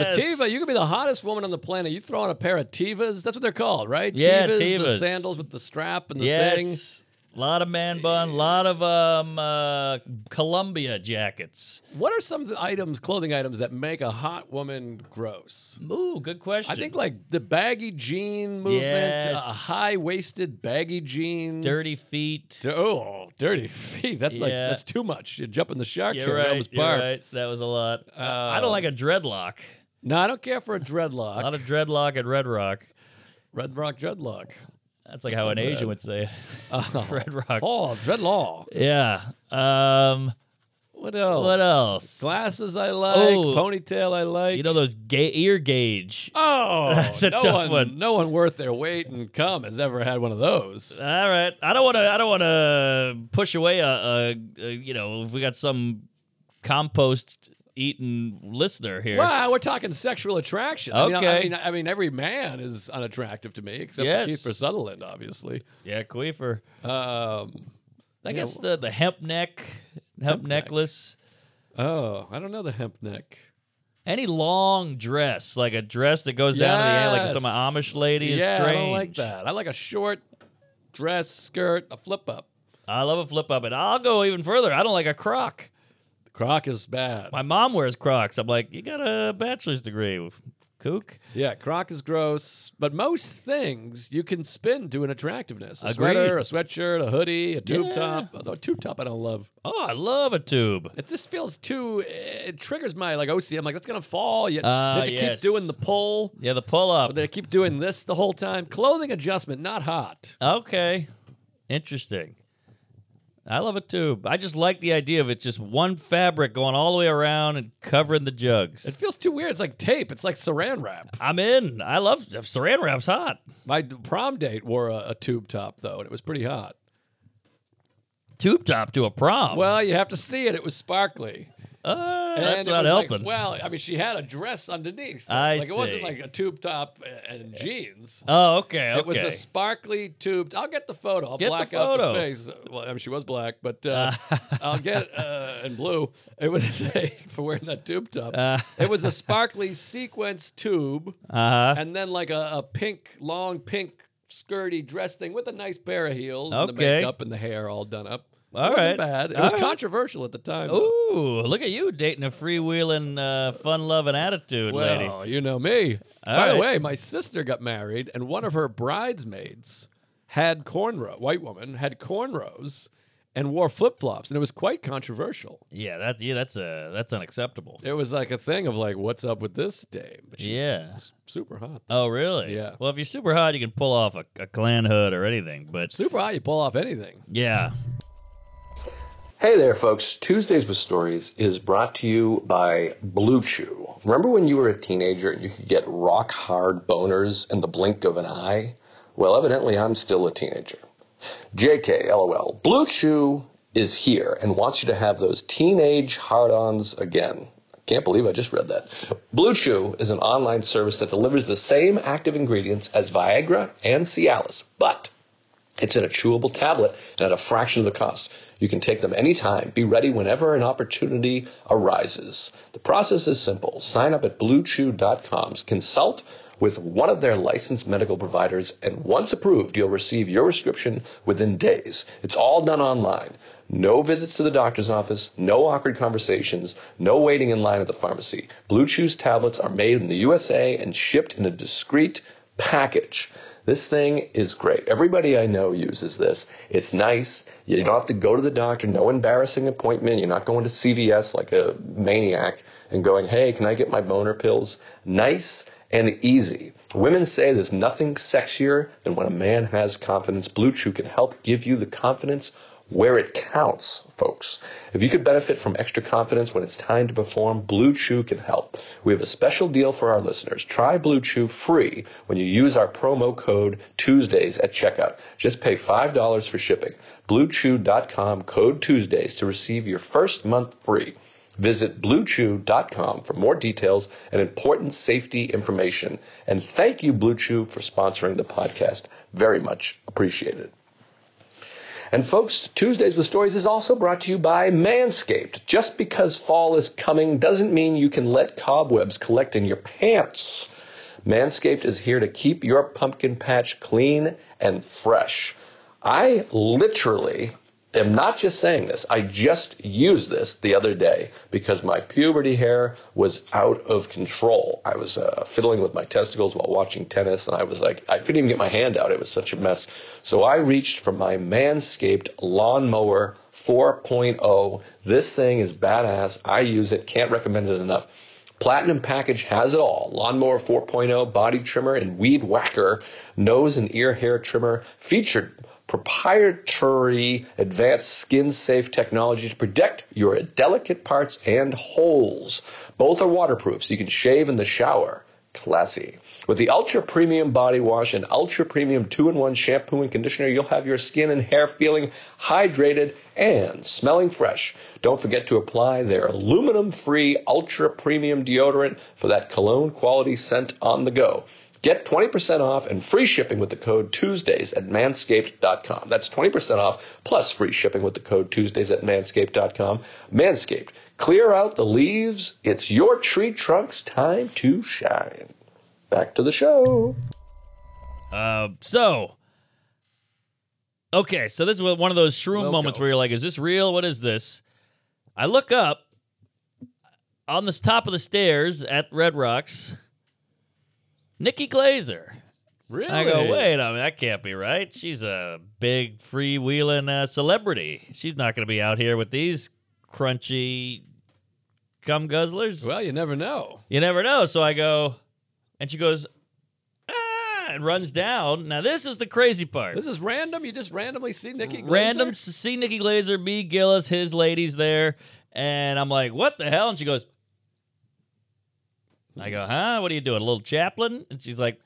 S3: Tiva, you could be the hottest woman on the planet. You throw on a pair of Tivas. That's what they're called, right?
S2: Yeah,
S3: Tivas.
S2: Tevas.
S3: The sandals with the strap and the thing.
S2: Yes. A lot of man bun, a lot of um, uh, Columbia jackets.
S3: What are some of the items, clothing items, that make a hot woman gross?
S2: Ooh, good question.
S3: I think like the baggy jean movement,
S2: Yes.
S3: uh, high waisted baggy jean.
S2: dirty feet.
S3: Di- oh, dirty feet. That's like
S2: Yeah.
S3: that's too much. You're jumping the shark
S2: You're
S3: here. I
S2: right.
S3: almost
S2: You're
S3: barfed. Oh.
S2: right. That was a lot. I don't like a dreadlock.
S3: No, I don't care for a
S2: A
S3: dreadlock.
S2: lot of dreadlock at Red Rock.
S3: Red rock dreadlock.
S2: That's like how an
S3: not
S2: Asian
S3: bad.
S2: would say it. Red Rock.
S3: Oh, dreadlock.
S2: Yeah. Um,
S3: What else?
S2: What else?
S3: Glasses I like.
S2: Oh.
S3: Ponytail I like.
S2: you know those ga- ear gauge.
S3: oh,
S2: That's a
S3: no
S2: tough
S3: one,
S2: one.
S3: No one worth their weight and cum has ever had one of those.
S2: All right. I don't want to. I don't want to push away a, a, a. You know, if we got some compost eating listener here.
S3: Wow, we're talking sexual attraction. I mean, I-
S2: Okay.
S3: I mean, I, mean, every man is unattractive to me, except
S2: Yes.
S3: for Keith for Sutherland, obviously.
S2: Yeah, Queefer.
S3: Um,
S2: I
S3: Yeah,
S2: guess the the hemp neck, hemp, necklace.
S3: oh, I don't know the hemp neck.
S2: Any long dress, like a dress that goes down to the ankle, like
S3: Yes.
S2: some Amish lady is
S3: yeah,
S2: strange.
S3: I don't like that. I like a short dress, skirt, a flip up.
S2: I love a flip up, and I'll go even further. I don't like a croc.
S3: Croc is bad.
S2: My mom wears crocs. I'm like, you got a bachelor's degree, kook.
S3: Yeah, croc is gross, but most things you can spin to an attractiveness. A
S2: Agreed.
S3: sweater, a sweatshirt, a hoodie, a tube
S2: Yeah.
S3: top. Although a tube top I don't love.
S2: Oh, I love a tube.
S3: It just feels too. It triggers my like OC. I'm like, that's gonna fall. You, you
S2: Ah,
S3: have to
S2: yes.
S3: keep doing the pull.
S2: Yeah, the pull up.
S3: But they keep doing this the whole time. Clothing adjustment, not hot.
S2: Okay. Interesting. I love a tube. I just like the idea of it just one fabric going all the way around and covering the
S3: It
S2: jugs.
S3: feels too weird. It's like tape. It's like saran wrap.
S2: I'm in. I love saran wrap's hot.
S3: My d- prom date wore a, a tube top though, and it was pretty hot.
S2: Tube top to a prom.
S3: Well, you have to see it. It was sparkly.
S2: Uh,
S3: And
S2: that's
S3: it
S2: not
S3: was like-
S2: helping.
S3: well, I mean, she had a dress underneath.
S2: I
S3: like it wasn't
S2: see.
S3: like a tube top and jeans.
S2: oh, okay. Okay.
S3: It was a sparkly tubed. I'll get the photo. I'll
S2: Get the
S3: black
S2: photo.
S3: out the face. Well, I mean, she was black, but uh, I'll get uh, in blue. It was a, for wearing that tube top.
S2: Uh.
S3: it was a sparkly sequence tube,
S2: uh-huh.
S3: and then like a, a pink, long pink skirty dress thing with a nice pair of heels and the
S2: Okay.
S3: makeup and the hair all done up. It
S2: All
S3: wasn't
S2: right.
S3: bad. It
S2: All
S3: was
S2: right.
S3: controversial at the time. though.
S2: Ooh, look at you dating a freewheeling, uh, fun-loving attitude lady.
S3: Well, you know me. By
S2: right.
S3: the way, my sister got married, and one of her bridesmaids had cornrow. White woman had cornrows, and wore flip flops, and it was quite controversial.
S2: Yeah, that yeah, that's uh that's unacceptable.
S3: It was like a thing of like, what's up with this dame? But she's
S2: Yeah.
S3: s- super hot.
S2: Oh, really?
S3: Yeah.
S2: Well, if you're super hot, you can pull off a, a clan hood or anything. But
S3: Super hot, you pull off anything.
S2: yeah,
S4: Hey there, folks. Tuesdays with Stories is brought to you by Blue Chew. Remember when you were a teenager and you could get rock hard boners in the blink of an eye? Well, evidently, I'm still a teenager. JK, lol. Blue Chew is here and wants you to have those teenage hard ons again. I can't believe I just read that. Blue Chew is an online service that delivers the same active ingredients as Viagra and Cialis, but it's in a chewable tablet and at a fraction of the cost. You can take them anytime. Be ready whenever an opportunity arises. The process is simple. Sign up at bluechew.com. Consult with one of their licensed medical providers, and once approved, you'll receive your prescription within days. It's all done online. No visits to the doctor's office, no awkward conversations, no waiting in line at the pharmacy. Blue Chew's tablets are made in the USA and shipped in a discreet package. This thing is great. Everybody I know uses this. It's nice. You don't have to go to the doctor, no embarrassing appointment. You're not going to CVS like a maniac and going, hey, can I get my boner pills? Nice and easy. Women say there's nothing sexier than when a man has confidence. Blue Chew can help give you the confidence where it counts, folks. If you could benefit from extra confidence when it's time to perform, Blue Chew can help. We have a special deal for our listeners. Try Blue Chew free when you use our promo code Tuesdays at checkout. Just pay $5 for shipping. BlueChew.com code Tuesdays to receive your first month free. Visit BlueChew.com for more details and important safety information. And thank you, Blue Chew, for sponsoring the podcast. Very much appreciated. And folks, Tuesdays with Stories is also brought to you by Manscaped. Just because fall is coming doesn't mean you can let cobwebs collect in your pants. Manscaped is here to keep your pumpkin patch clean and fresh. I literally am not just saying this, I just used this the other day because my puberty hair was out of control. I was uh, fiddling with my testicles while watching tennis, and I was like, I couldn't even get my hand out. It was such a mess. So I reached for my Manscaped Lawnmower 4.0. This thing is badass. I use it, can't recommend it enough. Platinum package has it all lawnmower 4.0, body trimmer, and weed whacker, nose and ear hair trimmer, featured proprietary advanced skin safe technology to protect your delicate parts and holes. Both are waterproof, so you can shave in the shower. Classy. With the Ultra Premium Body Wash and Ultra Premium 2 in 1 Shampoo and Conditioner, you'll have your skin and hair feeling hydrated and smelling fresh. Don't forget to apply their aluminum free Ultra Premium Deodorant for that cologne quality scent on the go. Get 20% off and free shipping with the code Tuesdays at manscaped.com. That's 20% off plus free shipping with the code Tuesdays at manscaped.com. Manscaped, clear out the leaves. It's your tree trunk's time to shine. Back to the show.
S2: uh, so okay, so this is one of those shroom
S3: Loco.
S2: moments where you're like, "Is this real? What is this?" I look up on this top of the stairs at Red Rocks, Nikki Glazer.
S3: Really?
S2: I go, wait a minute, that can't be right. She's a big freewheeling uh, celebrity. She's not going to be out here with these crunchy cum guzzlers.
S3: Well, you never know.
S2: you never know. So I go, and she goes, ah, and runs down. Now, this is the crazy part.
S3: This is random. You just randomly see Nikki. Glaser?
S2: Random to see Nikki Glazer, B. Gillis, his ladies there. And I'm like, what the hell? And she goes, I go, huh? What are you doing? A little chaplain? And she's like,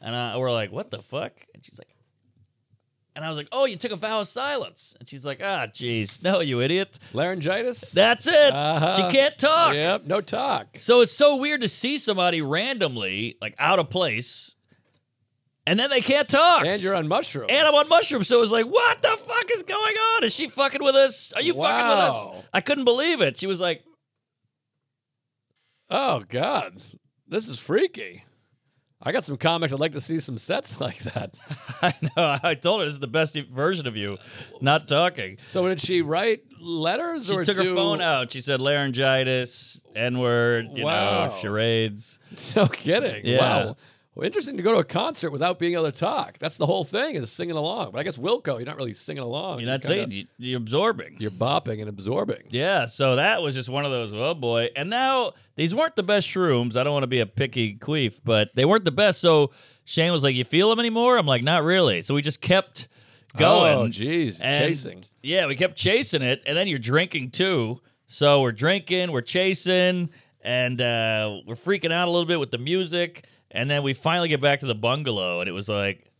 S2: and I, we're like, what the fuck? And she's like, and I was like, oh, you took a vow of silence. And she's like, ah, jeez, no, you idiot.
S3: laryngitis.
S2: That's it.
S3: Uh-huh.
S2: She can't talk.
S3: Yep. No talk.
S2: So it's so weird to see somebody randomly, like out of place, and then they can't talk.
S3: And you're on mushrooms.
S2: And I'm on mushrooms, so it was like, what the fuck is going on? Is she fucking with us? Are you fucking with
S3: Wow.
S2: us? I couldn't believe it. She was like,
S3: Oh God, this is freaky. I got some comics. I'd like to see some sets like that.
S2: I know. I told her this is the best version of you, not talking.
S3: So did she write letters
S2: She
S3: or
S2: took
S3: do-
S2: her phone out. She said laryngitis, N word, you
S3: Wow.
S2: know, charades.
S3: No kidding.
S2: Yeah.
S3: Wow. Well, interesting to go to a concert without being able to talk. That's the whole thing is singing along. But I guess Wilco, you're not really singing along.
S2: You're not
S3: kinda-
S2: saying you, you're absorbing.
S3: You're bopping and absorbing.
S2: Yeah, so that was just one of those. Oh boy! And now these weren't the best shrooms. I don't want to be a picky queef, but they weren't the best. So Shane was like, "You feel them anymore?" I'm like, "Not really." So we just kept going.
S3: Oh, jeez,
S2: And-
S3: chasing.
S2: Yeah, we kept chasing it, and then you're drinking too. So we're drinking, we're chasing, and uh, we're freaking out a little bit with the music. And then we finally get back to the bungalow, and it was like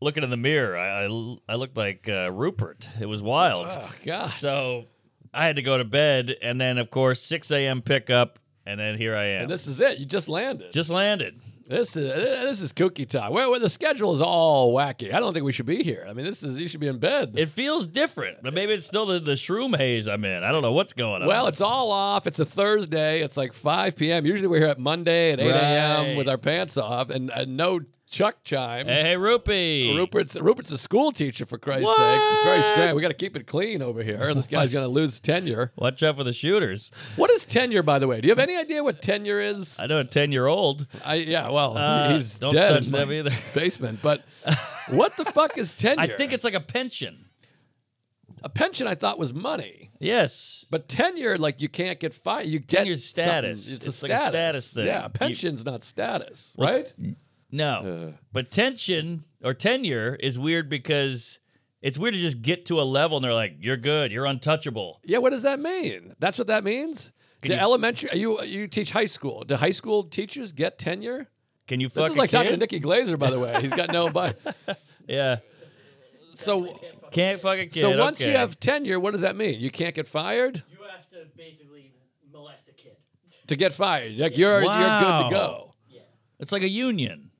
S2: looking in the mirror. I I, I looked like uh, Rupert. It was wild.
S3: Oh God.
S2: So I had to go to bed, and then of course 6 a.m. pickup, and then here I am.
S3: And this is it. You just landed.
S2: just landed.
S3: This is this is kooky time. Where, where the schedule is all wacky. I don't think we should be here. I mean, this is you should be in bed.
S2: It feels different, but maybe it's still the, the shroom haze I'm in. I don't know what's going on.
S3: well, it's all off. It's a Thursday. It's like 5 p.m. Usually we're here at Monday at 8 a.m.
S2: Right.
S3: with our pants off and, and no Chuck chime.
S2: hey, hey, Rupee.
S3: Rupert's Rupert's a school teacher for Christ's sakes. It's very
S2: What?
S3: strange. We got to keep it clean over here, or this guy's going to lose tenure.
S2: Watch out for the shooters.
S3: What is tenure, by the way? Do you have any idea what tenure is?
S2: I know a 10 year old.
S3: I, yeah, well,
S2: Uh,
S3: he's
S2: don't
S3: dead
S2: touch
S3: in my
S2: them either.
S3: basement. But what the fuck is tenure?
S2: I think it's like a pension.
S3: a pension. I thought was money.
S2: Yes.
S3: But tenure, like you can't get fired. You get
S2: Tenure's
S3: something.
S2: status.
S3: It's, a
S2: It's like a
S3: status.
S2: status thing.
S3: Yeah,
S2: You-
S3: pension's not status, right? Uh.
S2: No. but tension or tenure is weird because it's weird to just get to a level and they're like, you're good, you're untouchable.
S3: Yeah. What does that mean? That's what that means. Do
S2: you-
S3: elementary? You you teach high school. Do high school teachers get tenure?
S2: Can you fuck
S3: This is
S2: a
S3: like talking to
S2: kid?
S3: Nikki Glazer, by the way. He's got no but.
S2: Yeah.
S3: So
S2: Can't fuck a kid.
S3: so once
S2: okay.
S3: you have tenure, what does that mean? You can't get fired.
S5: You have to basically molest a kid.
S3: To get fired, like you're you're good to
S2: Wow.
S3: go.
S2: It's like a union.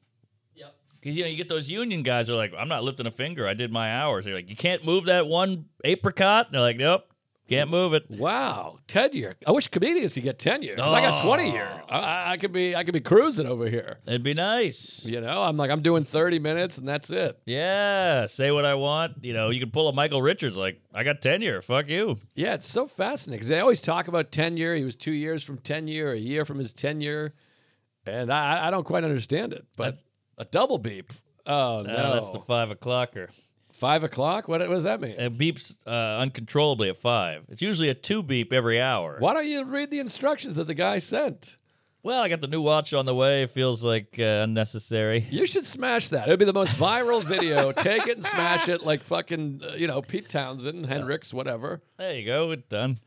S5: Yep.
S2: Because you know you get those union guys who are like, I'm not lifting a finger. I did my hours. They're like, you can't move that one apricot. And they're like, nope, can't move it.
S3: Wow, tenure. I wish comedians could get tenure. 'cause I
S2: Oh.
S3: got twenty year. I- I, I could be I could be cruising over here.
S2: It'd be nice.
S3: You know, I'm like I'm doing thirty minutes and that's it.
S2: Yeah, say what I want. You know, you can pull a Michael Richards like, I got tenure. Fuck you.
S3: Yeah, it's so fascinating 'cause they always talk about tenure. He was two years from tenure, a year from his tenure, and I, I don't quite understand it. But a double beep. Oh no,
S2: Ah, that's the five o'clocker.
S3: five o'clock. What, what does that mean?
S2: It beeps uh, uncontrollably at five. It's usually a two beep every hour.
S3: Why don't you read the instructions that the guy sent?
S2: Well, I got the new watch on the way. It feels like uh, unnecessary.
S3: You should smash that. It'd be the most viral video. Take it and smash it like fucking uh, you know Pete Townsend, Hendrix, whatever.
S2: There you go. It's done.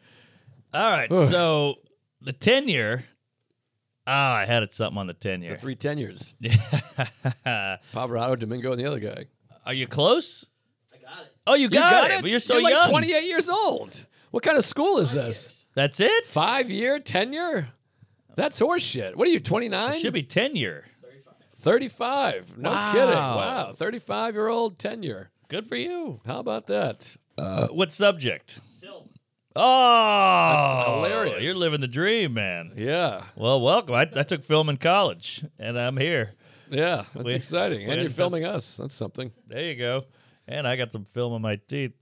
S2: All right. so the tenure. Ah, I had it something on the tenure.
S3: Three tenures. Pavarotti, Domingo, and the other guy.
S2: Are you close?
S5: I got it.
S2: Oh, you got, it. But you're so young.
S3: like 28 years old. What kind of school is this?
S2: That's it.
S3: Five year tenure? That's horseshit. What are you, 29?
S2: It should be tenure.
S3: 35. No
S2: Wow.
S3: kidding. Wow. 35 year old tenure.
S2: Good for you.
S3: How about that?
S2: Uh, what subject?
S5: Film.
S2: Oh,
S3: hilarious.
S2: You're living the dream, man.
S3: Yeah.
S2: Well, welcome. I, I took film in college, and I'm here.
S3: Yeah. That's
S2: We-
S3: exciting. And
S2: we-
S3: you're filming us. That's something.
S2: There you go. And I got some film on my teeth.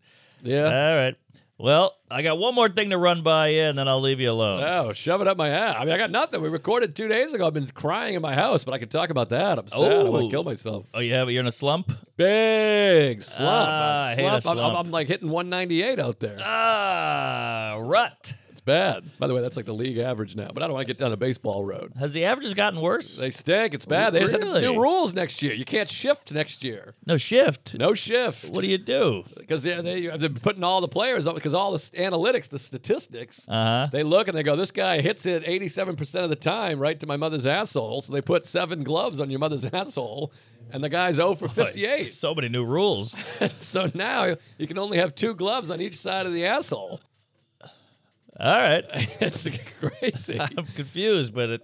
S3: Yeah.
S2: All right. Well, I got one more thing to run by you, and then I'll leave you alone.
S3: Oh, shove it up my ass. I mean, I got nothing. We recorded two days ago. I've been crying in my house, but I could talk about that. I'm sad. I'm going
S2: Oh.
S3: to kill myself.
S2: oh, you have you're in a slump.
S3: Big slump.
S2: Ah, I hate a
S3: I'm- I'm,
S2: slump.
S3: I'm like hitting 198 out there.
S2: Ah, rut.
S3: It's bad. By the way, that's like the league average now, but I don't want to get down a baseball road.
S2: Has the averages gotten worse?
S3: They stink. It's bad. They just have
S2: Really?
S3: new rules next year. You can't shift next year.
S2: no shift.
S3: No shift.
S2: What do you do?
S3: Because they, they, they're putting all the players up because all the s- analytics, the statistics,
S2: Uh huh.
S3: they look and they go, this guy hits it 87% of the time right to my mother's asshole. So they put seven gloves on your mother's asshole, and the guy's 0 for 58.
S2: So many new rules.
S3: so now you can only have two gloves on each side of the asshole.
S2: All right.
S3: it's crazy.
S2: I'm confused, but it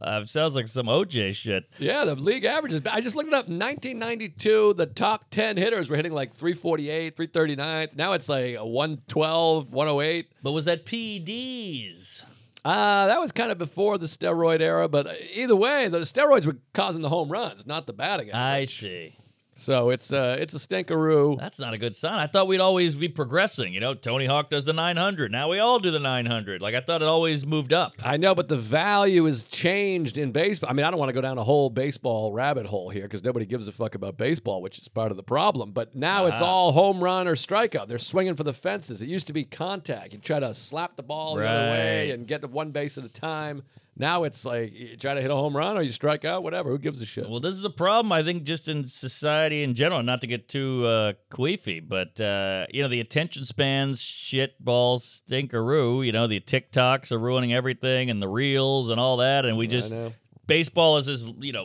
S2: uh, sounds like some OJ shit.
S3: Yeah, the league averages. I just looked it up. 1992, the top 10 hitters were hitting like 348, 339. Now it's like a 112, 108.
S2: But was that PEDs?
S3: Uh, that was kind of before the uh, steroid era, but either way, the steroids were causing the home runs, not the batting.
S2: I see.
S3: So it's uh, it's a stinkeroo.
S2: That's not a good sign. I thought we'd always be progressing. You know, Tony Hawk does the 900. Now we all do the 900. Like I thought it always moved up.
S3: I know, but the value is changed in baseball. I mean, I don't want to go down a whole baseball rabbit hole here because nobody gives a fuck about baseball, which is part of the problem. But now
S2: Uh-huh.
S3: it's all home run or strikeout. They're swinging for the fences. It used to be contact. You try to slap the ball the other way
S2: Right.
S3: and get to one base at a time. Now it's like you try to hit a home run or you strike out, whatever. Who gives a shit?
S2: Well, this is a problem, I think, just in society in general. Not to get too uh, queefy, but uh, you know, the attention spans, shit balls, stinkeroo. You know, the TikToks are ruining everything, and the reels and all that. And we just
S3: know.
S2: baseball is this, you know,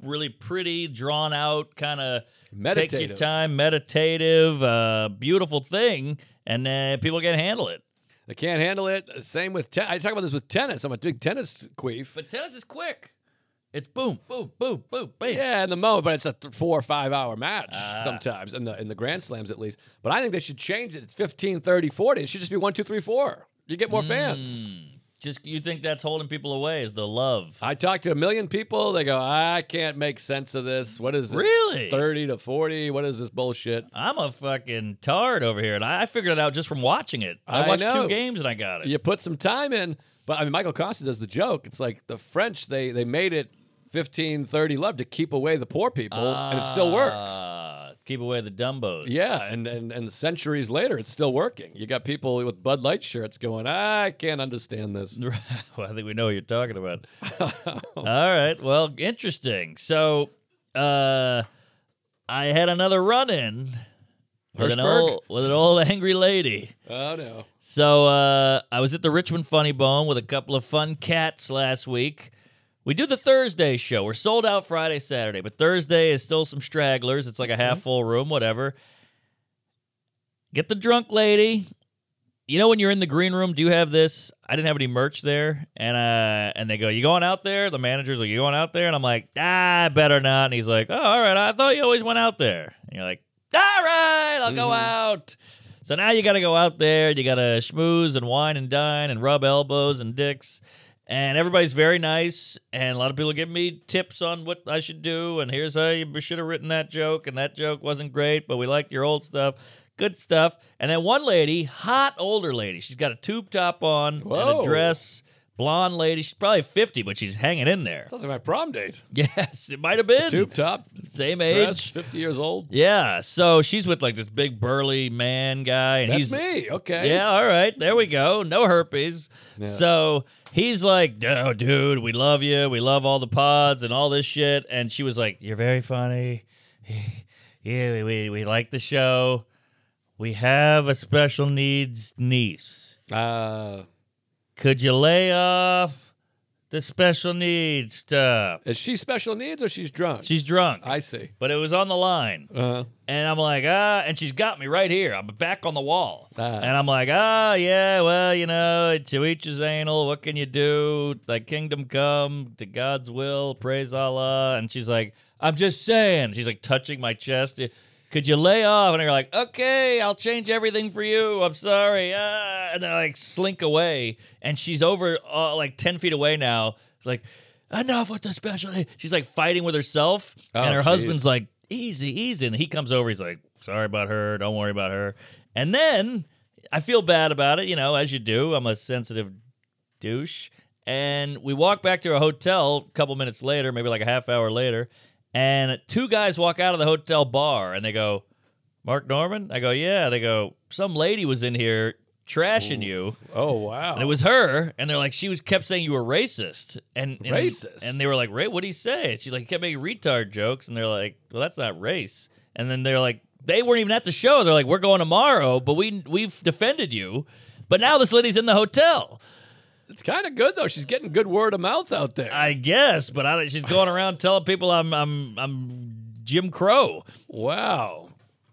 S2: really pretty, drawn out, kind of take your
S3: Meditative.
S2: time, meditative, uh, beautiful thing, and uh, people can't handle it.
S3: They can't handle it. Same with ten- I talk about this with tennis. I'm a big tennis queef.
S2: But tennis is quick. It's boom, boom, boom, boom, bam. Ah.
S3: Yeah, in the moment, but it's a th- four or five hour match sometimes in the in the grand slams at least. But I think they should change it. It's 15, 30, 40. It should just be one, two, three, four. You get more fans.
S2: Hmm. Just you think that's holding people away is the love.
S3: I talked to a million people. They go, I can't make sense of this. What is this?
S2: Really?
S3: 30 to 40. What is this bullshit?
S2: I'm a fucking tard over here, and I I figured it out just from watching it. I,
S3: I
S2: watched
S3: know.
S2: two games and I got it.
S3: You put some time in. But I mean, Michael Costa does the joke. It's like the French, they, they made it 15, 30 love to keep away the poor people, and it still works.
S2: Ah, keep away the dumbos.
S3: Yeah, and, and and centuries later, it's still working. You got people with Bud Light shirts going, I can't understand this.
S2: well, I think we know what you're talking about. All right. Well, interesting. So, uh, I had another run-in with an
S3: Hirschberg?
S2: old with an old angry lady.
S3: Oh no,
S2: So uh, I was at the Richmond Funny Bone with a couple of fun cats last week. We do the Thursday show. We're sold out Friday, Saturday, but Thursday is still some stragglers. It's like a half full room, whatever. Get the drunk lady. You know when you're in the green room, do you have this? I didn't have any merch there, and uh, and they go, "You going out there?" The manager's like, "You going out there?" And I'm like, "Ah, better not." And he's like, "Oh, all right. I thought you always went out there." And you're like, "All right, I'll go out." So now you got to go out there. You got to schmooze and wine and dine and rub elbows and dicks. And everybody's very nice. And a lot of people give me tips on what I should do. And here's how you should have written that joke. And that joke wasn't great, but we liked your old stuff. Good stuff. And then one lady, hot older lady, she's got a tube top on and
S3: Whoa.
S2: a dress. Blonde lady, she's probably 50, but she's hanging in there.
S3: sounds like my prom date.
S2: Yes, it might have been.
S3: Tube top,
S2: Same
S3: dress,
S2: age.
S3: fifty years old.
S2: Yeah, so she's with like this big burly man guy, and
S3: That's
S2: he's
S3: me. Okay.
S2: yeah, all right. There we go. No herpes. So he's like, oh, dude, we love you. We love all the pods and all this shit. And she was like, you're very funny. yeah, we, we, we like the show. We have a special needs niece.
S3: Uh,
S2: Could you lay off the special needs stuff?
S3: is she special needs or she's drunk?
S2: She's drunk.
S3: I see.
S2: but it was on the line.
S3: Uh,
S2: And I'm like, ah, and she's got me right here. I'm back on the wall.
S3: Ah.
S2: And I'm like, ah, yeah, well, you know, to each his anal. What can you do? Thy kingdom come, to God's will, praise Allah. And she's like, I'm just saying. She's like touching my chest. Could you lay off? And you're like, okay, I'll change everything for you. I'm sorry. Ah. And then I like slink away. And she's over uh, like 10 feet away now. She's like, enough with the special. She's like fighting with herself. and
S3: Oh,
S2: her
S3: geez.
S2: husband's it's like easy, easy. And he comes over, he's like, sorry about her, don't worry about her. And then I feel bad about it, you know, as you do. I'm a sensitive douche. And we walk back to our hotel a couple minutes later, maybe like a half hour later, and two guys walk out of the hotel bar and they go, Mark Norman? I go, Yeah. They go, Some lady was in here trashing you.
S3: oh wow.
S2: And it was her, and they're like, she was kept saying you were racist, and, and
S3: Racist?
S2: and they were like, Ray, what do you say? And she like kept making retard jokes, and they're like, well, that's not race. And then they're like, they weren't even at the show. They're like, we're going tomorrow, but we we've defended you, but now this lady's in the hotel,
S3: it's kind of good though. She's getting good word of mouth out there.
S2: I guess. But I don't, she's going around telling people I'm I'm I'm Jim Crow.
S3: wow.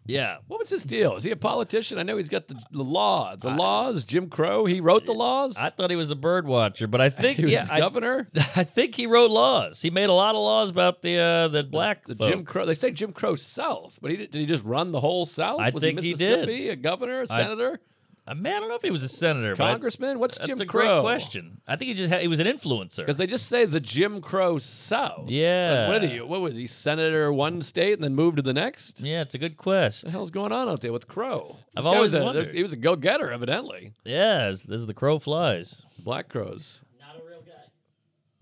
S2: Yeah,
S3: What was his deal? Is he a politician? I know he's got the, the law. The laws. Jim Crow. He wrote the laws.
S2: I thought he was a bird watcher, but I think
S3: he was
S2: yeah,
S3: the
S2: I,
S3: governor.
S2: I think he wrote laws. He made a lot of laws about the uh, the black
S3: The
S2: folk.
S3: Jim Crow. They say Jim Crow South, but he did, did he just run the whole South?
S2: I
S3: was
S2: think
S3: he
S2: he did.
S3: Mississippi, a governor, a senator?
S2: I mean, Uh, I don't know if he was a senator. but I-
S3: Congressman? What's
S2: That's
S3: Jim
S2: a
S3: Crow?
S2: great question. I think he just had, he was an influencer.
S3: Because they just say the Jim Crow South.
S2: Yeah.
S3: Like, what did he? What was he? Senator one state and then moved to the next.
S2: Yeah, it's a good quest.
S3: What the hell's going on out there with Crow?
S2: I've
S3: This guy
S2: always
S3: was a,
S2: wondered.
S3: He was a go-getter, evidently.
S2: Yes, this is the crow flies.
S3: Black Crows.
S5: Not a real guy.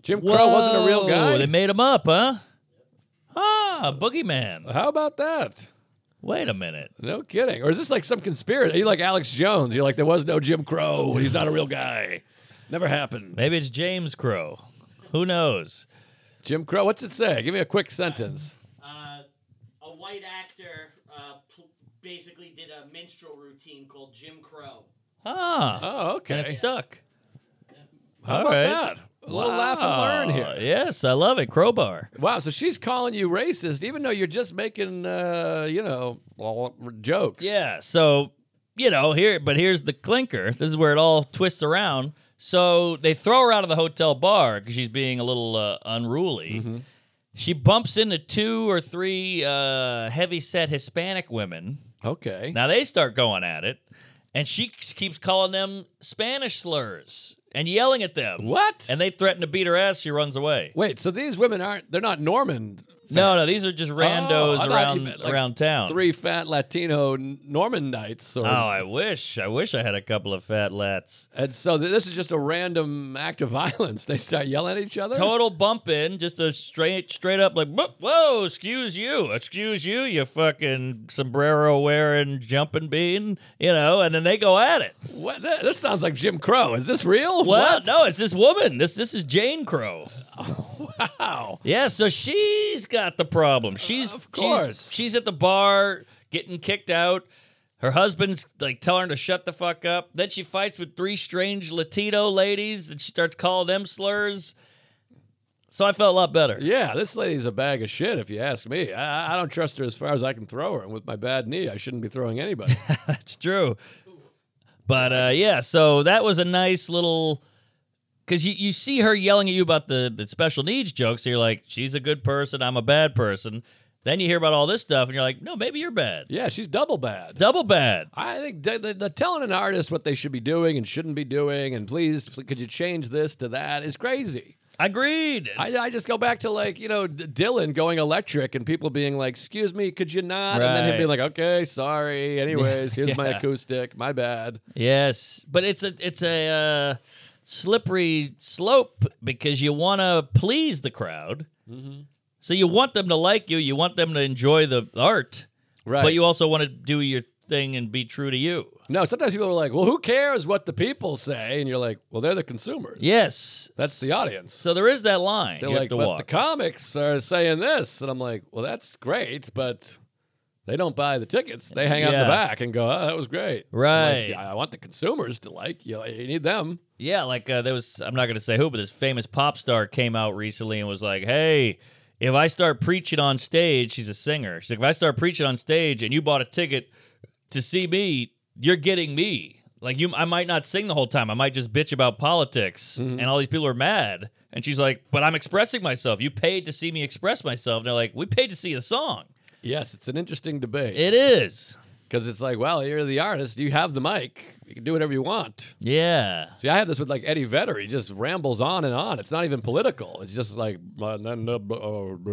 S3: Jim Crow wasn't a real
S2: Whoa,
S3: guy.
S2: They made him up, huh? Ah, boogeyman.
S3: How about that?
S2: Wait a minute.
S3: No kidding. Or is this like some conspiracy? Are you like Alex Jones? You're like, there was no Jim Crow. He's not a real guy. Never happened.
S2: Maybe it's James Crow. Who knows?
S3: Jim Crow, what's it say? Give me a quick sentence.
S5: Uh, a white actor uh, pl- basically did a minstrel routine called Jim Crow.
S2: Ah,
S3: Oh,
S2: and
S3: okay.
S2: it stuck.
S3: How
S2: All
S3: about
S2: right.
S3: that? A little laugh and learn
S2: Wow.
S3: here.
S2: Yes, I love it. Crowbar.
S3: Wow, so she's calling you racist, even though you're just making, uh, you know, well, jokes.
S2: Yeah. So, you know, here, but here's the clinker. This is where it all twists around. So they throw her out of the hotel bar because she's being a little uh, unruly.
S3: Mm-hmm.
S2: She bumps into two or three uh, heavy set Hispanic women.
S3: Okay.
S2: Now they start going at it, and she k- keeps calling them Spanish slurs and yelling at them.
S3: what?
S2: And they threaten to beat her ass. She runs away.
S3: Wait, so these women aren't, they're not Norman.
S2: No, no, these are just
S3: Oh, I
S2: randos
S3: thought you
S2: around
S3: meant, like,
S2: around town.
S3: Three fat Latino N- Normanites. Or,
S2: Oh, I wish. I wish I had a couple of fat lats.
S3: And so th- this is just a random act of violence. They start yelling at each other.
S2: Total bump in, just a straight, straight up like, "Whoa, whoa, excuse you, excuse you, you fucking sombrero wearing jumping bean, you know, and then they go at it.
S3: What? Th- This sounds like Jim Crow. Is this real?
S2: Well,
S3: What?
S2: no, it's this woman. This this is Jane Crow.
S3: Wow.
S2: Yeah, so she's got the problem. She's
S3: Uh, Of
S2: she's-
S3: course.
S2: She's, at the bar getting kicked out. Her husband's like telling her to shut the fuck up. Then she fights with three strange Latino ladies, and she starts calling them slurs. So I felt a lot better.
S3: Yeah, this lady's a bag of shit, if you ask me. I, I don't trust her as far as I can throw her. And with my bad knee, I shouldn't be throwing anybody.
S2: That's true. But uh, yeah, so that was a nice little because you, you see her yelling at you about the, the special needs jokes. So you're like, she's a good person. I'm a bad person. Then you hear about all this stuff and you're like, no, maybe you're bad.
S3: yeah, she's double bad.
S2: Double bad.
S3: I think they- they- they're telling an artist what they should be doing and shouldn't be doing, and please, pl- could you change this to that? Is crazy.
S2: Agreed.
S3: I, I just go back to like you know D- Dylan going electric and people being like, "Excuse me, could you not?" And then he'd be
S2: Right.
S3: like, "Okay, sorry. Anyways, here's my
S2: Yeah.
S3: acoustic. My bad."
S2: yes, but it's a it's a uh, slippery slope because you want to please the crowd.
S3: Mm-hmm.
S2: So you want them to like you. You want them to enjoy the art,
S3: Right.
S2: but you also want to do your thing and be true to you.
S3: no. Sometimes people are like, "Well, who cares what the people say?" And you're like, "Well, they're the consumers.
S2: Yes,
S3: That's the audience."
S2: So there is that line
S3: They're
S2: you
S3: like,
S2: have to
S3: "But
S2: walk.
S3: the comics are saying this," and I'm like, "Well, that's great, but." They don't buy the tickets. They hang out in the
S2: Yeah.
S3: back and go, "Oh, that was great." I'm like,
S2: Right.
S3: "Yeah, I want the consumers to like you. You need them.
S2: yeah, like uh, there was. I'm not going to say who, but this famous pop star came out recently and was like, "Hey, if I start preaching on stage, she's a singer. She's like, if I start preaching on stage and you bought a ticket to see me, you're getting me. Like you, I might not sing the whole time. I might just bitch about politics,
S3: Mm-hmm.
S2: and all these people are mad. And she's like, "But I'm expressing myself. You paid to see me express myself." And they're like, "We paid to see the song.
S3: Yes, it's an interesting debate.
S2: It is."
S3: Because it's like, well, you're the artist. You have the mic. You can do whatever you want.
S2: Yeah.
S3: See, I have this with like Eddie Vedder. He just rambles on and on. It's not even political. It's just like,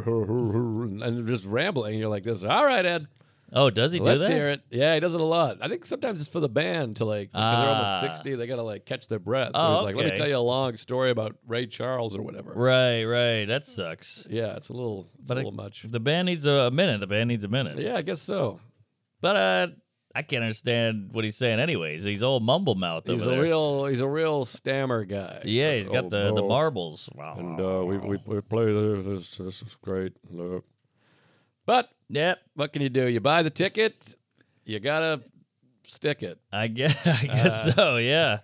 S3: and just rambling. You're like, this, all right, Ed,
S2: Oh, does he do
S3: let's
S2: that?
S3: hear it. Yeah, he does it a lot. I think sometimes it's for the band to like, because they're
S2: Ah.
S3: almost 60, they got to like catch their breath. So
S2: Oh,
S3: he's like, let me
S2: okay.
S3: tell you a long story about Ray Charles or whatever.
S2: Right, right. That sucks.
S3: Yeah, it's a little, it's a
S2: But I-
S3: little much.
S2: The band needs a minute. The band needs a minute.
S3: Yeah, I guess so.
S2: But uh, I can't understand what he's saying. Anyways, he's old mumble mouth
S3: He's
S2: over
S3: a
S2: there.
S3: real, he's a real stammer guy.
S2: yeah, he's got the, the
S3: Oh,
S2: marbles.
S3: and uh, we, we we play this. This, this is great. Look. But
S2: Yep,
S3: what can you do? You buy the ticket. You gotta stick it.
S2: I guess
S3: Uh,
S2: I guess so. Yeah.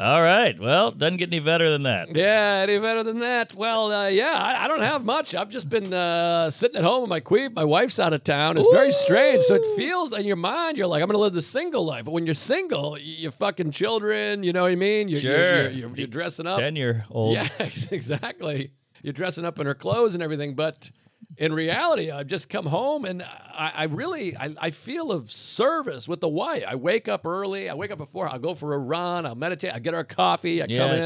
S2: All right. Well, doesn't get any better than that.
S3: Yeah, any better than that? Well, uh, yeah, I, I don't have much. I've just been uh, sitting at home with my queef. My wife's out of town. It's very strange. So it feels in your mind, you're like, I'm gonna live the single life. But when you're single, y- you're fucking children. You know what I mean? You're,
S2: Sure.
S3: You're, you're, you're, you're dressing up.
S2: Ten year old.
S3: Yes, exactly. you're dressing up in her clothes and everything. But in reality, I've just come home and I, I really I, I feel of service with the wife. I wake up early. I wake up before. I'll go for a run. I'll meditate. I get her a coffee. I
S2: Yes.
S3: come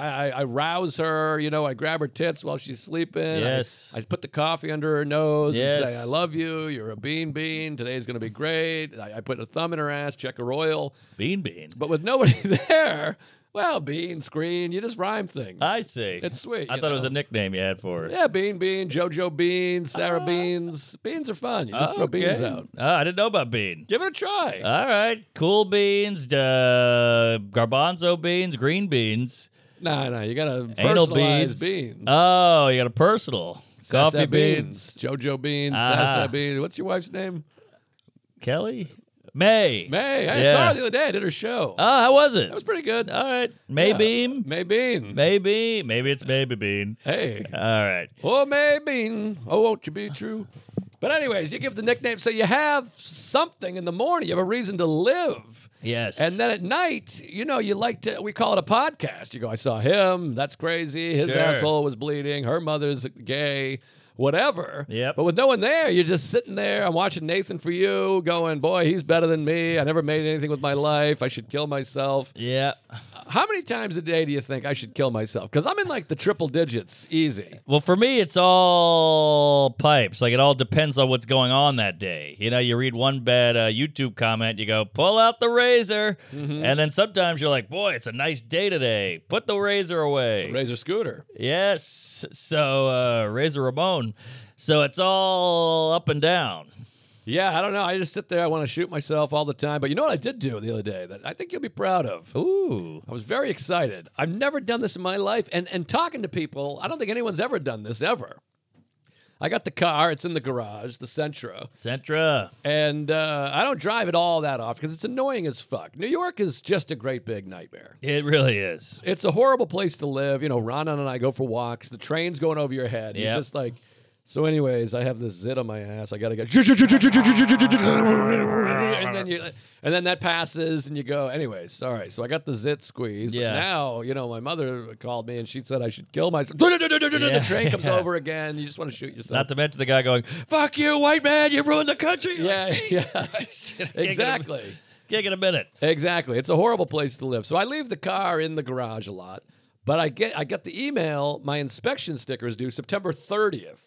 S3: in. I, I, I rouse her. You know, I grab her tits while she's sleeping. I-
S2: Yes.
S3: I, put the coffee under her nose and say,
S2: Yes.
S3: "I love you. You're a bean bean. Today's going to be great." I, I put a thumb in her ass. Check her oil.
S2: Bean Bean.
S3: But with nobody there, well, bean, screen, you just rhyme things.
S2: I see.
S3: It's sweet,
S2: I
S3: you
S2: thought it was
S3: know.
S2: a nickname you had for it.
S3: Yeah, bean, bean, JoJo beans, Sarah beans. Beans are fun. You just throw beans
S2: Ah. Okay. Uh,
S3: out.
S2: Ah, I didn't know about bean.
S3: Give it a try.
S2: All right, cool beans, uh, garbanzo beans, green beans,
S3: no, no, you gotta
S2: anal
S3: personalize
S2: beans.
S3: beans.
S2: Oh, you got a personal
S3: Sasa
S2: coffee beans.
S3: JoJo beans,
S2: Ah.
S3: Sasa beans. What's your wife's name?
S2: Kelly, May,
S3: May. I
S2: Yeah. uh,
S3: saw her the other day. I did her show.
S2: Oh, how was it?
S3: that was pretty good.
S2: All right, May
S3: Yeah.
S2: bean,
S3: May Bean.
S2: maybe, maybe it's baby bean.
S3: Hey.
S2: All right,
S3: Oh, maybe. Oh, won't you be true? But anyways, you give the nickname so you have something in the morning. You have a reason to live.
S2: yes,
S3: And then at night, you know, you like to, we call it a podcast. You go, I saw him. That's crazy. His
S2: Sure.
S3: asshole was bleeding. Her mother's gay, whatever.
S2: Yep.
S3: But with no one there, you're just sitting there. I'm watching Nathan for you, going, boy, he's better than me. I never made anything with my life. I should kill myself.
S2: yeah.
S3: How many times a day do you think I should kill myself? Because I'm in like the triple digits, easy.
S2: Well, for me, it's all pipes. Like it all depends on what's going on that day. You know, you read one bad uh, YouTube comment, you go, "Pull out the razor," and then sometimes you're like, "Boy, it's a nice day today. Put the razor away."
S3: Razor Scooter.
S2: yes. So uh, Razor Ramon. So it's all up and down.
S3: Yeah, I don't know. I just sit there. I want to shoot myself all the time. But you know what I did do the other day that I think you'll be proud of?
S2: Ooh.
S3: I was very excited. I've never done this in my life. And, and talking to people, I don't think anyone's ever done this, ever. I got the car. It's in the garage, the Sentra.
S2: Centra.
S3: And uh, I don't drive it all that often because it's annoying as fuck. New York is just a great big nightmare.
S2: It really is.
S3: It's a horrible place to live. You know, Ronan and I go for walks. The train's going over your head. You're
S2: Yeah.
S3: just like, so anyways, I have this zit on my ass. I got to go. And then, you, and then that passes and you go, anyways, sorry. So I got the zit squeezed.
S2: Yeah.
S3: But now, you know, my mother called me and she said I should kill myself. The train comes over again. You just want to shoot yourself.
S2: Not to mention the guy going, "Fuck you, white man! You ruined the country."
S3: yeah, yeah.
S2: Can't get a-
S3: exactly.
S2: Can't get a minute.
S3: Exactly. It's a horrible place to live. So I leave the car in the garage a lot. But I get I get the email, my inspection sticker is due September 30th.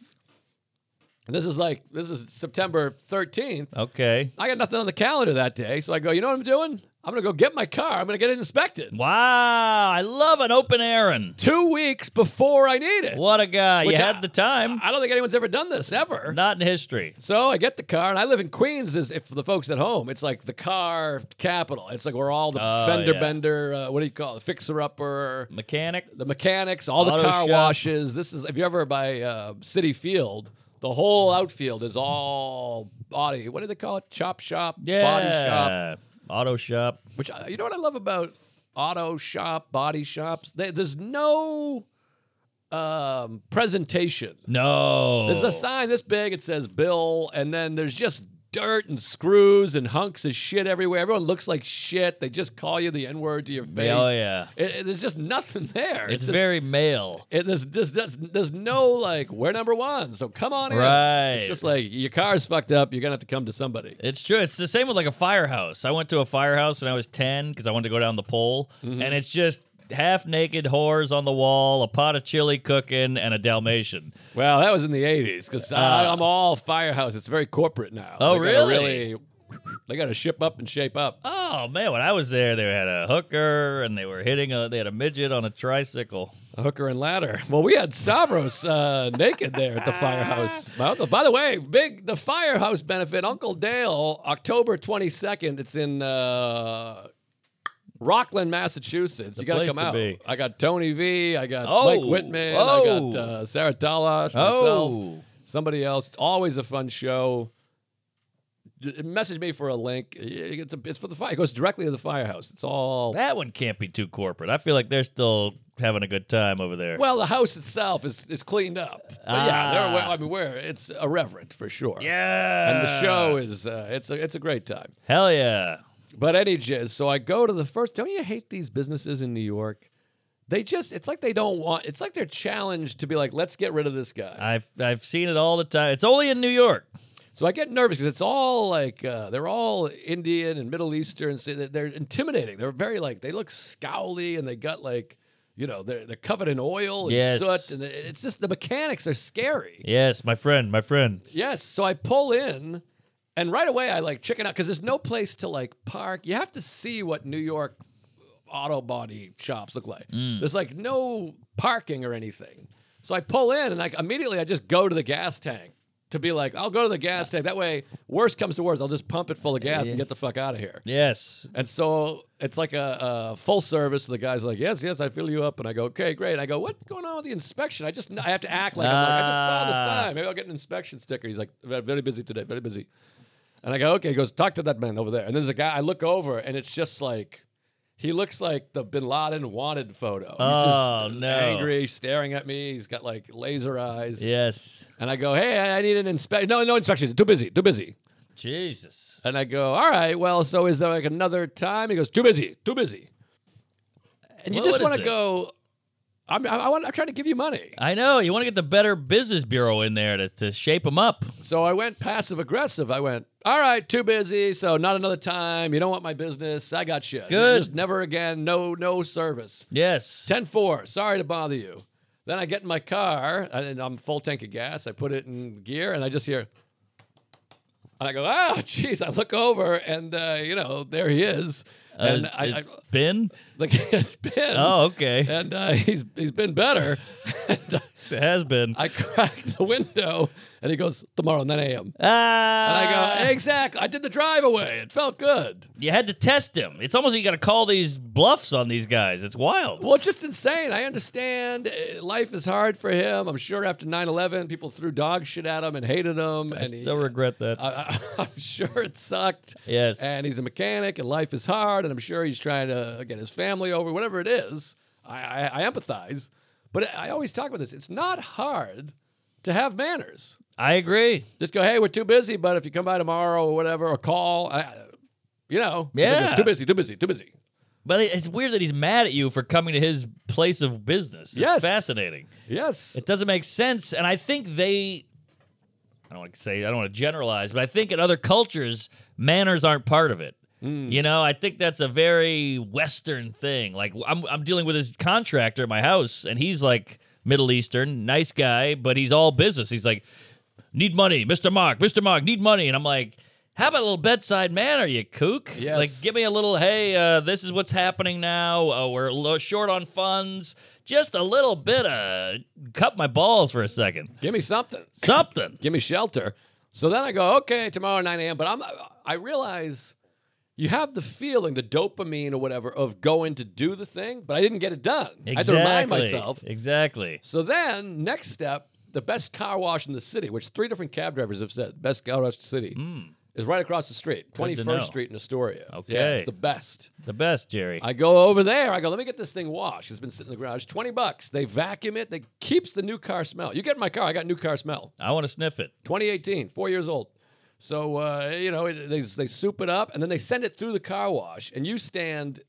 S3: And this is like this is September 13th.
S2: Okay.
S3: I got nothing on the calendar that day, so I go, "You know what I'm doing? I'm going to go get my car. I'm going to get it inspected."
S2: Wow, I love an open Aaron.
S3: 2 weeks before I need it.
S2: What a guy.
S3: Which
S2: you
S3: I-
S2: had the time.
S3: I don't think anyone's ever done this ever.
S2: Not in history.
S3: So I get the car, and I live in Queens. Is if for the folks at home, it's like the car capital. It's like where all the
S2: Oh,
S3: fender
S2: yeah.
S3: bender, uh, what do you call it, fixer upper,
S2: Mechanic.
S3: the mechanics, all the
S2: Auto
S3: car
S2: shop.
S3: washes. This is if you ever by uh, City Field, the whole outfield is all body. What do they call it? Chop shop,
S2: Yeah.
S3: body shop.
S2: Auto shop.
S3: Which I- you know what I love about auto shop, body shops. They, there's no um, presentation.
S2: No.
S3: There's a sign this big. It says Bill, and then there's just dirt and screws and hunks of shit everywhere. Everyone looks like shit. They just call you the N word to your face.
S2: Oh, yeah.
S3: It- it- there's just nothing there.
S2: It's
S3: just-
S2: very male.
S3: it, there's, there's, there's, there's no like we're number one, so come on in.
S2: Right.
S3: It's just like your car's fucked up. You're gonna have to come to somebody.
S2: It's true. It's the same with like a firehouse. I went to a firehouse when I was 10 because I wanted to go down the pole. And it's just half naked whores on the wall, a pot of chili cooking, and a Dalmatian.
S3: Well, that was in the '80s because I'm all firehouse. It's very corporate now.
S2: Uh, Oh,
S3: They gotta
S2: really?
S3: really? They got to ship up and shape up.
S2: Oh, man. When I was there, they had a hooker and they were hitting a, they had a midget on a tricycle.
S3: A hooker and ladder. Well, we had Stavros uh, naked there at the firehouse. My uncle, by the way, big the firehouse benefit. Uncle Dale, October twenty second. It's in uh, Rockland, Massachusetts. you gotta
S2: place
S3: come
S2: to
S3: out.
S2: be.
S3: I got Tony V. I got
S2: Oh,
S3: Mike Whitman.
S2: oh.
S3: I got uh, Sarah Dalash.
S2: Oh.
S3: Myself. Somebody else. It's always a fun show. D- Message me for a link. It's, a, it's for the fire. It goes directly to the firehouse. It's all
S2: That one can't be too corporate. I feel like they're still having a good time over there.
S3: Well, the house itself is is cleaned up. But yeah,
S2: Ah.
S3: they're, aware- I mean, we're, it's irreverent for sure.
S2: yeah,
S3: And the show is uh, it's a it's a great time.
S2: Hell yeah!
S3: But any jizz, so I go to the first. Don't you hate these businesses in New York? They just, it's like they don't want, it's like they're challenged to be like, let's get rid of this guy.
S2: I've I've seen it all the time. It's only in New York.
S3: So I get nervous because it's all like uh, they're all Indian and Middle Eastern. So they- they're intimidating. They're very like they look scowly and they got like you know they're they're covered in oil and
S2: Yes.
S3: soot and it's just the mechanics are scary.
S2: Yes, my friend, my friend.
S3: Yes. So I pull in and right away I like chicken out because there's no place to like park. You have to see what New York auto body shops look like. There's like no parking or anything. So I pull in and I immediately I just go to the gas tank to be like, I'll go to the gas tank. That way, worst comes to worst, I'll just pump it full of gas and get the fuck out of here.
S2: Yes.
S3: And so it's like a, a full service. The guy's like, "Yes, yes, I fill you up." And I go, "Okay, great." I go, "What's going on with the inspection?" I just I have to act like, I'm like I just saw the
S2: Ah.
S3: sign. Maybe I'll get an inspection sticker. He's like, "Ve- "Very busy today. Very busy." And I go, "Okay." He goes, "Talk to that man over there." And there's a guy. I look over, and it's just like. He looks like the Bin Laden wanted photo. He's
S2: Oh,
S3: just
S2: no.
S3: angry, staring at me. He's got like laser eyes.
S2: Yes.
S3: And I go, "Hey, I I need an inspection." No, no inspections. Too busy. Too busy.
S2: Jesus.
S3: And I go, all right, well, so is there like another time? He goes, too busy, too busy. And you
S2: What-
S3: just
S2: what
S3: want
S2: is
S3: to
S2: this?
S3: go. I'm, I, I want, I'm trying to give you money.
S2: I know. You want to get the Better Business Bureau in there to, to shape them up.
S3: So I went passive aggressive. I went, all right, too busy. So not another time. You don't want my business. I got you.
S2: Good.
S3: Just never again. No, no service.
S2: Yes.
S3: 10 4. Sorry to bother you. Then I get in my car and I'm full tank of gas. I put it in gear and I just hear. And I go, ah, jeez. I look over and, uh, you know, there he is. And
S2: Uh,
S3: I,
S2: is
S3: I,
S2: Ben?
S3: Like it's been.
S2: Oh, okay.
S3: And uh, he's he's been better. and
S2: It has been.
S3: I cracked the window, and he goes tomorrow 9 a.m. And
S2: ah.
S3: I go exactly. I did the drive away. It felt good.
S2: You had to test him. It's almost like you got to call these bluffs on these guys. It's wild.
S3: Well, it's just insane. I understand uh, life is hard for him. I'm sure after 9/11, people theyw dog shit at him and hated him.
S2: I
S3: and he,
S2: still regret that.
S3: I, I, I'm sure it sucked.
S2: Yes.
S3: Uh, And he's a mechanic, and life is hard, and I'm sure he's trying to get his family over, whatever it is. I, I, I empathize. But I always talk about this. It's not hard to have manners.
S2: I agree.
S3: Just go, hey, we're too busy, but if you come by tomorrow or whatever, or call, I- I, you know, it's like,
S2: Yeah.
S3: it's too busy, too busy, too busy.
S2: But it- it's weird that he's mad at you for coming to his place of business. It's
S3: Yes.
S2: fascinating.
S3: Yes.
S2: It doesn't make sense. And I think they, I don't want to say, I don't want to generalize, but I think in other cultures, manners aren't part of it. You know, I think that's a very Western thing. Like, I'm, I'm dealing with this contractor at my house, and he's like Middle Eastern, nice guy, but he's all business. He's like, need money, Mr. Mark, Mr. Mark, need money. And I'm like, how about a little bedside manner, you kook?
S3: Yes.
S2: Like, give me a little, hey, uh, this is what's happening now. Uh, we're lo- short on funds. Just a little bit of cut my balls for a second.
S3: Give me something.
S2: Something.
S3: give me shelter. So then I go, okay, tomorrow 9 a.m. But I'm I realize you have the feeling, the dopamine or whatever, of going to do the thing, but I didn't get it done. I had to remind
S2: Exactly.
S3: myself.
S2: Exactly.
S3: So then, next step, the best car wash in the city, which three different cab drivers have said, best car wash in the city, is right across the street,
S2: Hmm. Good to
S3: 21st
S2: know.
S3: Street in Astoria.
S2: Okay.
S3: Yeah, it's the best.
S2: The best, Jerry.
S3: I go over there. I go, let me get this thing washed. It's been sitting in the garage. 20 bucks. They vacuum it. They keeps the new car smell. You get in my car, I got new car smell.
S2: I want to sniff it.
S3: 2018, four years old. So uh, you know it, they they soup it up and then they send it through the car wash and you stand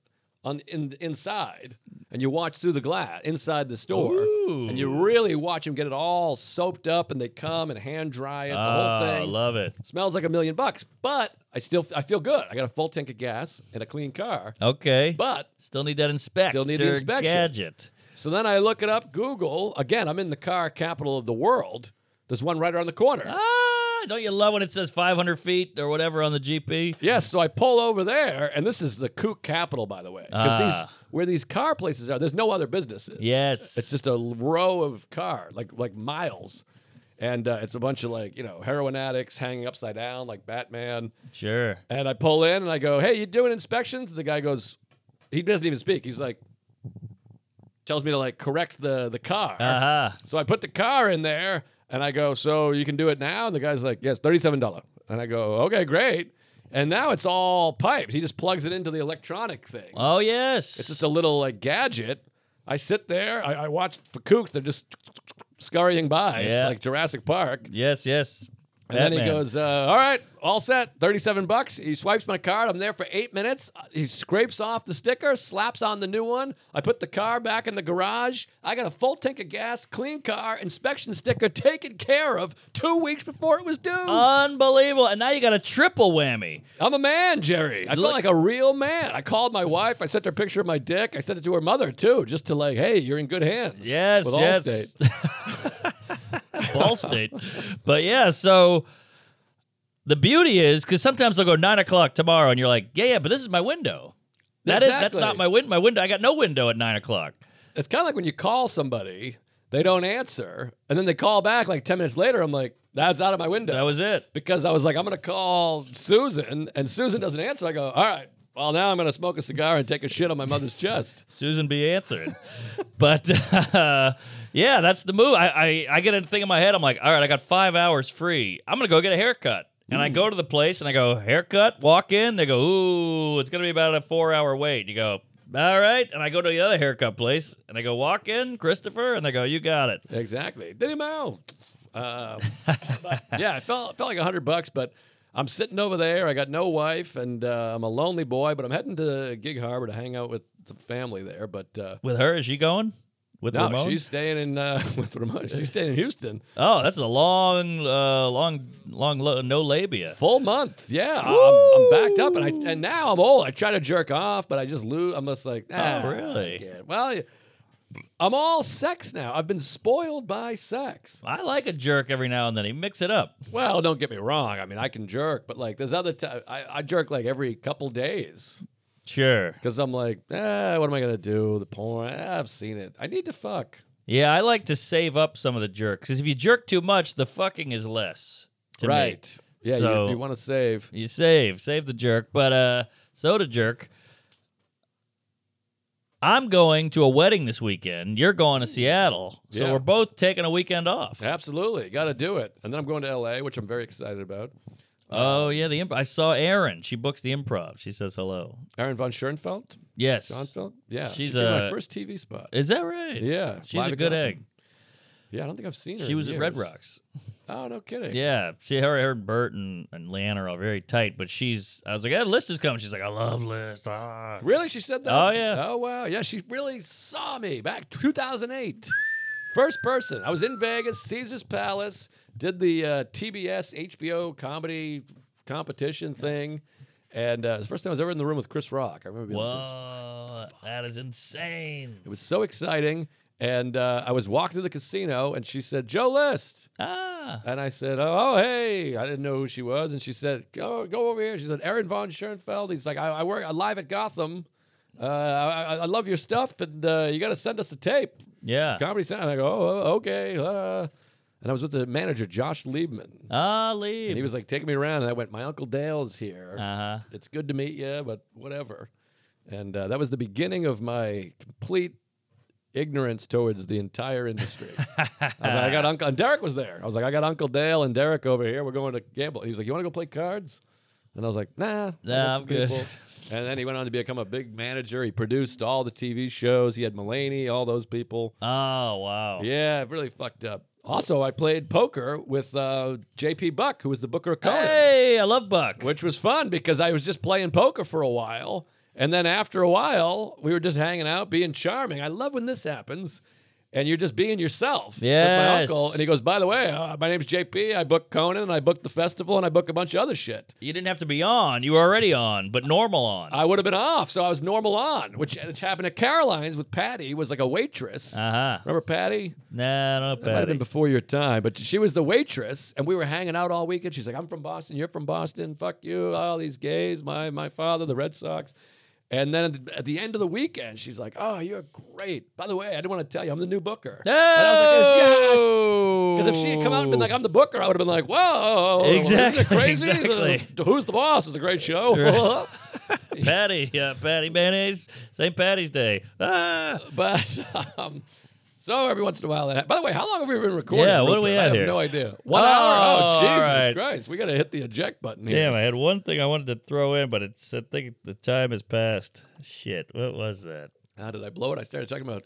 S3: on in inside and you watch through the glass inside the store and you really watch them get it all soaped up and they come and hand dry it the
S2: Ah,
S3: whole thing
S2: love it.
S3: smells like a million bucks but I still I feel good I got a full tank of gas and a clean car
S2: Okay.
S3: but
S2: still need that inspector
S3: Still need the inspection.
S2: gadget.
S3: so then I look it up Google again I'm in the car capital of the world there's one right around the corner
S2: Ah, don't you love when it says 500 feet or whatever on the GP?
S3: Yes, so I pull over there, and this is the kook capital, by the way, because these where these car places are, there's no other businesses.
S2: Yes.
S3: it's just a l- row of car, like like miles, and uh, it's a bunch of like you know heroin addicts hanging upside down like Batman.
S2: Sure.
S3: And I pull in, and I go, "Hey, you doing inspections?" The guy goes, he doesn't even speak. He's like, tells me to like correct the the car.
S2: Uh-huh.
S3: So I put the car in there and I go, So you can do it now? And the guy's like, Yes, $37. And I go, Okay, great. And now it's all pipes. He just plugs it into the electronic thing.
S2: Oh, yes.
S3: It's just a little like gadget. I sit there, I, I watch for kooks, they're just scurrying by. It's
S2: Yeah.
S3: like Jurassic Park.
S2: yes, yes.
S3: And then he
S2: Batman.
S3: goes, uh, "All right, all set. Thirty-seven bucks." He swipes my card. I'm there for eight minutes. He scrapes off the sticker, slaps on the new one. I put the car back in the garage. I got a full tank of gas, clean car, inspection sticker taken care of two weeks before it was due.
S2: Uh, Unbelievable. And now you got a triple whammy.
S3: I'm a man, Jerry. I feel
S2: Look-
S3: like a real man. I called my wife. I sent her a picture of my dick. I sent it to her mother too, just to like, hey, you're in good hands.
S2: Yes,
S3: with
S2: yes.
S3: Allstate.
S2: Ball State. But yeah, so the beauty is because sometimes they'll go nine o'clock tomorrow, and you're like, yeah, yeah, but this is my window. That is that's
S3: Exactly.
S2: not my win my window. I got no window at nine o'clock.
S3: It's kind of like when you call somebody, they don't answer, and then they call back like ten minutes later. I'm like, that's out of my window.
S2: That was it.
S3: because I was like, I'm gonna call Susan, and Susan doesn't answer. I go, all right. Well, now I'm gonna smoke a cigar and take a shit on my mother's chest.
S2: Susan be answering. but uh, yeah, that's the move. I, I, I get a thing in my head. I'm like, all right, I got five hours free. I'm going to go get a haircut. And I
S3: Mm.
S2: go to the place and I go, haircut, walk in. They go, ooh, it's going to be about a four hour wait. You go, all right. And I go to the other haircut place and I go, walk in, Christopher. And they go, you got it.
S3: Exactly. Diddy Mow. Uh, but, yeah, it felt it felt like a hundred bucks, but I'm sitting over there. I got no wife, and uh, I'm a lonely boy. But I'm heading to Gig Harbor to hang out with some family there. But uh,
S2: With her, is she going? With
S3: no,
S2: Ramon?
S3: she's staying in uh, with Ramon. She's staying in Houston
S2: Oh, that's a long, uh, long, long, lo- no labia.
S3: full month. Yeah, I'm, I'm backed up, and I and now I'm old. I try to jerk off, but I just lose. I'm just like, ah,
S2: Oh, really?
S3: fuck it. Well, I'm all sex now. I've been spoiled by sex.
S2: I like a jerk every now and then. He mix it up.
S3: Well, don't get me wrong. I mean, I can jerk, but like there's other times I, I jerk like every couple days
S2: Sure.
S3: because I'm like, eh, what am I gonna do? The porn, eh, I've seen it. I need to fuck.
S2: Yeah, I like to save up some of the jerks because if you jerk too much, the fucking is less. To me.
S3: right? Yeah,
S2: So-
S3: you, you want to save.
S2: You save, save the jerk, but uh, soda jerk. I'm going to a wedding this weekend. You're going to Seattle, so
S3: Yeah.
S2: we're both taking a weekend off.
S3: Absolutely, got to do it. And then I'm going to L.A., which I'm very excited about.
S2: Oh yeah, the imp- I saw Erin. She books the improv. She says hello.
S3: Aaron von Schoenfeld,
S2: Yes,
S3: Schoenfeld, yeah,
S2: She's
S3: she did my
S2: a-
S3: first TV spot.
S2: is that right?
S3: Yeah,
S2: she's
S3: live
S2: a
S3: at
S2: good
S3: Gotham.
S2: egg.
S3: Yeah, I don't think I've seen her.
S2: She
S3: in
S2: was at Red
S3: years.
S2: Rocks.
S3: Oh, no kidding.
S2: Yeah, she her, her and Bert and, and Leanne are all very tight, but she's. I was like, "Yeah, List is coming." She's like, "I love List." Ah.
S3: Really? She said that?
S2: Oh, yeah.
S3: Oh, wow. Yeah, she really saw me back 2008. First person. I was in Vegas, Caesar's Palace, did the uh, TBS HBO comedy competition thing. And uh, it was the first time I was ever in the room with Chris Rock. I remember being like, this-
S2: Whoa, Uh, that is insane.
S3: it was so exciting. And uh, I was walking to the casino, and she said, Joe List.
S2: Ah,
S3: And I said, oh, oh, hey. I didn't know who she was. And she said, go, go over here. She said, Aaron Von Schoenfeld. He's like, I, I work I live at Gotham. Uh, I, I- I love your stuff, and uh, you got to send us a tape.
S2: yeah.
S3: Comedy Sound. I go, oh, okay. uh." And I was with the manager, Josh Liebman.
S2: Ah,
S3: And he
S2: leave.
S3: was like, taking me around. And I went, my Uncle Dale's here.
S2: uh huh.
S3: it's good to meet you, but whatever. And uh, that was the beginning of my complete ignorance towards the entire industry. I was like, I got Uncle, and Derek was there. I was like, I got Uncle Dale and Derek over here. We're going to gamble. He was like, you want to go play cards? And I was like, nah. I
S2: Nah,
S3: got
S2: I'm
S3: some
S2: good.
S3: people." And then he went on to become a big manager. He produced all the TV shows. He had Mulaney, all those people.
S2: Oh wow.
S3: Yeah, really fucked up. Also, I played poker with uh, J.P. Buck, who was the Booker of Conan
S2: Hey, I love Buck.
S3: which was fun because I was just playing poker for a while. And then after a while, we were just hanging out, being charming. I love when this happens. And you're just being yourself. with My
S2: Yes.
S3: uncle. And he goes, By the way, uh, my name's JP. I book Conan and I book the festival and I book a bunch of other shit.
S2: You didn't have to be on. You were already on, but normal on. Uh
S3: I would have been off. So I was normal on, which, which happened at Caroline's with Patty, who was like a waitress.
S2: huh.
S3: Remember Patty?
S2: Uh-huh. Nah, I don't know
S3: It might have
S2: Patty.
S3: been before your time, but she was the waitress, and we were hanging out all weekend. She's like, "I'm from Boston. You're from Boston. Fuck you. All these gays. My my father, the Red Sox." And then at the, at the end of the weekend, she's like, "Oh, you're great. By the way, I didn't want to tell you, I'm the new Booker." And I was like, "Yes." Because if she had come out and been like, "I'm the Booker," I would have been like, "Whoa, isn't
S2: Exactly,
S3: it crazy? The-
S2: exactly.
S3: the- Who's the boss?" is a great show.
S2: Patty, yeah, Patty mayonnaise, St. Patty's Day. Ah,
S3: but um, so every once in a while, that. By the way, how long have we been recording?
S2: Yeah, what are
S3: Rupert?
S2: we
S3: I
S2: at
S3: have
S2: here?
S3: No idea. One
S2: Oh,
S3: hour.
S2: all
S3: Oh, Jesus
S2: right.
S3: Christ! We got to hit the eject button. Here.
S2: damn, I had one thing I wanted to throw in, but it's I think the time has passed. Shit, what was that?
S3: How did I blow it? I started talking about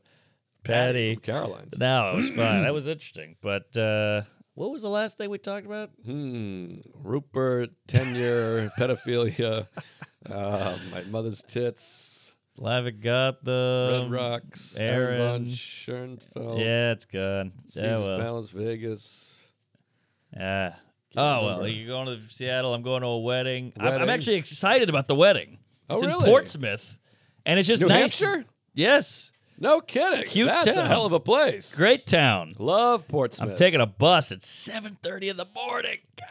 S2: Patty.
S3: from Caroline's.
S2: No, it was fine. That was interesting. But uh, What was the last thing we talked about?
S3: Hmm. Rupert, tenure, pedophilia, uh, my mother's tits,
S2: Lavick got the
S3: Red Rocks,
S2: Um, Aaron.
S3: Aaron Schoenfeld,
S2: Yeah, it's good.
S3: Caesar's
S2: Yeah, well.
S3: Palace, Vegas.
S2: Yeah. Oh well,
S3: remember.
S2: you're going to Seattle. I'm going to a wedding. I'm- I'm,
S3: Wedding?
S2: actually excited about the wedding.
S3: Oh,
S2: it's in
S3: really?
S2: Portsmouth, and it's just
S3: New
S2: nice.
S3: Hampshire?
S2: Yes,
S3: No kidding.
S2: Cute
S3: That's
S2: town.
S3: a hell of a place.
S2: great town.
S3: Love Portsmouth.
S2: I'm taking a bus at 7:30 in the morning. God.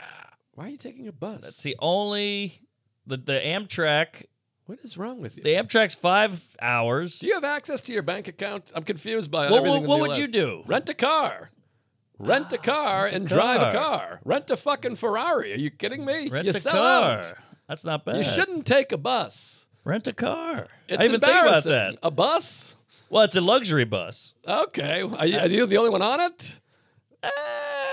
S3: Why are you taking a bus?
S2: It's the only the, the Amtrak.
S3: what is wrong with you?
S2: The Amtrak's five hours.
S3: do you have access to your bank account? I'm confused by
S2: what
S3: everything.
S2: what,
S3: in
S2: what
S3: the
S2: would
S3: ele-
S2: you do?
S3: Rent a car. Rent a car and drive
S2: car.
S3: a car. Rent a fucking Ferrari. Are you kidding me?
S2: Rent
S3: you
S2: a
S3: sell
S2: car.
S3: out.
S2: That's not bad.
S3: You shouldn't take a bus.
S2: rent a car.
S3: It's
S2: I even think about
S3: embarrassing.
S2: that.
S3: A bus?
S2: Well, it's a luxury bus.
S3: Okay. Are you, are you the only one on it?
S2: Ah,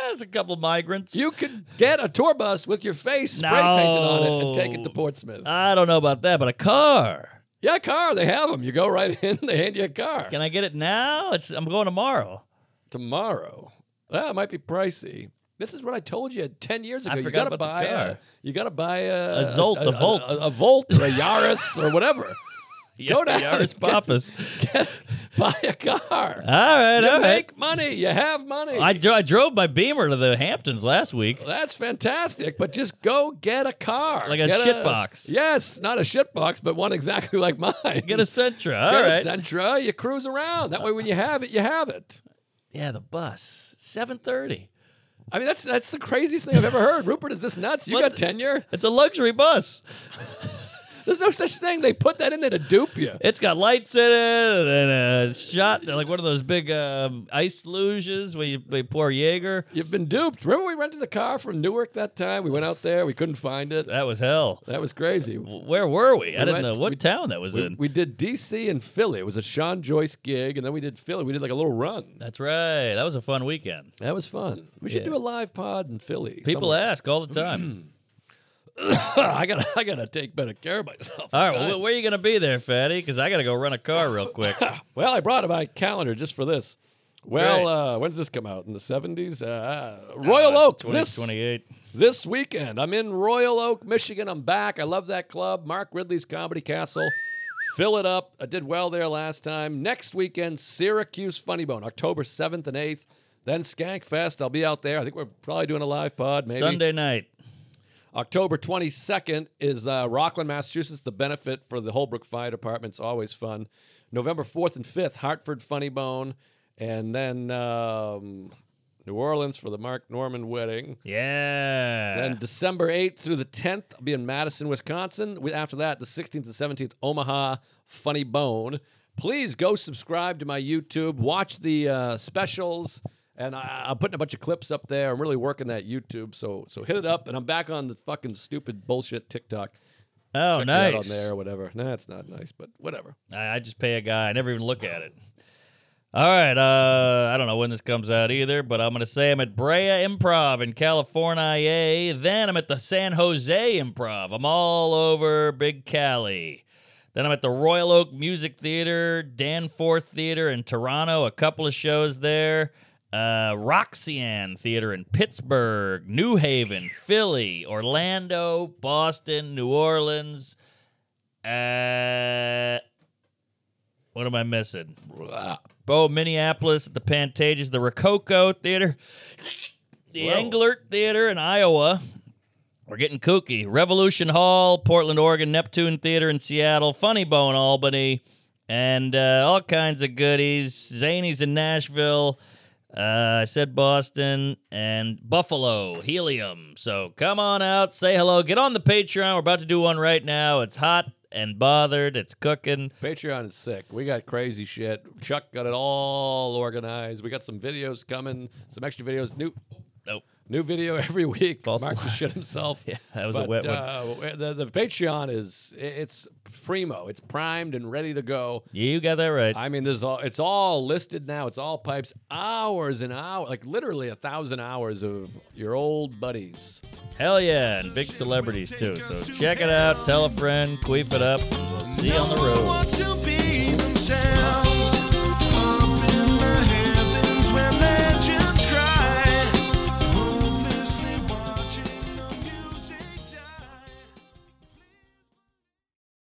S2: There's a couple migrants.
S3: You could get a tour bus with your face spray painted on it and take it to
S2: No.
S3: Portsmouth.
S2: I don't know about that, but a car.
S3: yeah, car. They have them. You go right in. They hand you a car.
S2: Can I get it now? It's I'm going tomorrow.
S3: tomorrow. That might be pricey. This is what I told you ten years ago.
S2: forgot
S3: you gotta
S2: about
S3: buy
S2: the
S3: a
S2: car.
S3: you gotta buy a
S2: A Zolt, a Volt.
S3: a, a Volt, or a Yaris, or whatever. Go down
S2: Yaris
S3: and get-
S2: Pappas.
S3: Get- buy a car.
S2: All right,
S3: you
S2: all right.
S3: make money. You have money.
S2: Uh, I, dro- I drove my Beamer to the Hamptons last week.
S3: That's fantastic. But just go get a car,
S2: Like a
S3: Get
S2: shitbox.
S3: Yes, not a shit box, but one exactly like mine.
S2: Get a Sentra.
S3: Get
S2: All
S3: a
S2: right.
S3: Sentra. You cruise around. That way, when you have it, you have it.
S2: yeah, the bus. Seven thirty.
S3: I mean, that's that's the craziest thing I've ever heard. Rupert, is this nuts? You
S2: What's-
S3: got tenure.
S2: It's a luxury bus.
S3: There's no such thing. They put that in there to dupe you.
S2: It's got lights in it and a shot like one of those big um, ice luges where you they pour Jaeger.
S3: You've been duped. Remember, we rented the car from Newark that time. We went out there. We couldn't find it.
S2: That was hell.
S3: That was crazy.
S2: Where were we? I didn't
S3: went-
S2: know what
S3: we-
S2: town that was
S3: We,
S2: in.
S3: we did DC and Philly. It was a Sean Joyce gig, and then we did Philly. We did like a little run.
S2: That's right. That was a fun weekend.
S3: That was fun. We should
S2: Yeah.
S3: do a live pod in Philly.
S2: People
S3: somewhere. Mm-hmm.
S2: ask all the time.
S3: I gotta, I gotta take better care of myself.
S2: all right, well, where are you going to be there, Fatty? Because I got to go run a car real quick.
S3: Well, I brought my calendar just for this.
S2: Great.
S3: Well, uh, when does this come out? In the 70s? Uh, Royal Oak. this,
S2: 2028.
S3: this weekend. I'm in Royal Oak, Michigan. I'm back. I love that club. Mark Ridley's Comedy Castle. Fill it up. I did well there last time. Next weekend, Syracuse Funny Bone, October 7th and 8th. Then Skank Fest. I'll be out there. I think we're probably doing a live pod. Maybe
S2: Sunday night.
S3: October 22nd is uh, Rockland, Massachusetts, the benefit for the Holbrook Fire Department. It's always fun. November 4th and 5th, Hartford Funny Bone. And then um, New Orleans for the Mark Norman wedding.
S2: Yeah.
S3: Then December 8th through the 10th, I'll be in Madison, Wisconsin. We- After that, the 16th and 17th, Omaha Funny Bone. Please go subscribe to my YouTube, watch the uh, specials, and I, I'm putting a bunch of clips up there. I'm really working that YouTube, so so hit it up. And I'm back on the fucking stupid bullshit TikTok.
S2: oh,
S3: Check me out
S2: nice.
S3: on there or whatever. Nah, it's not nice, but whatever.
S2: I, I just pay a guy. I never even look at it. All right. Uh, I don't know when this comes out either, but I'm going to say I'm at Brea Improv in California. Then I'm at the San Jose Improv. I'm all over Big Cali. Then I'm at the Royal Oak Music Theater, Danforth Theater in Toronto, a couple of shows there. Uh, Roxanne Theater in Pittsburgh, New Haven, Philly, Orlando, Boston, New Orleans. Uh, what am I missing? Oh, Minneapolis at the Pantages, the Rococo Theater, the Englert Theater in Iowa. We're getting kooky. Revolution Hall, Portland, Oregon, Neptune Theater in Seattle, Funny Bone, Albany, and uh, all kinds of goodies. Zanies in Nashville. Uh, I said Boston and Buffalo, Helium. So come on out, say hello, get on the Patreon. We're about to do one right now. It's hot and bothered. It's cooking.
S3: Patreon is sick. We got crazy shit. Chuck got it all organized. We got some videos coming, some extra videos. New
S2: Nope.
S3: New video every week.
S2: False
S3: Mark
S2: alarm.
S3: just shit himself. yeah,
S2: that was a wet one.
S3: one. The, the Patreon is i- it's primo. It's primed and ready to go.
S2: You got that right.
S3: I mean, there's all it's all listed now. It's all pipes. Hours and hours, like literally a thousand hours of your old buddies.
S2: Hell yeah, and big celebrities too. So check it out, tell a friend, queef it up. We'll see you on the road.
S1: Wants to be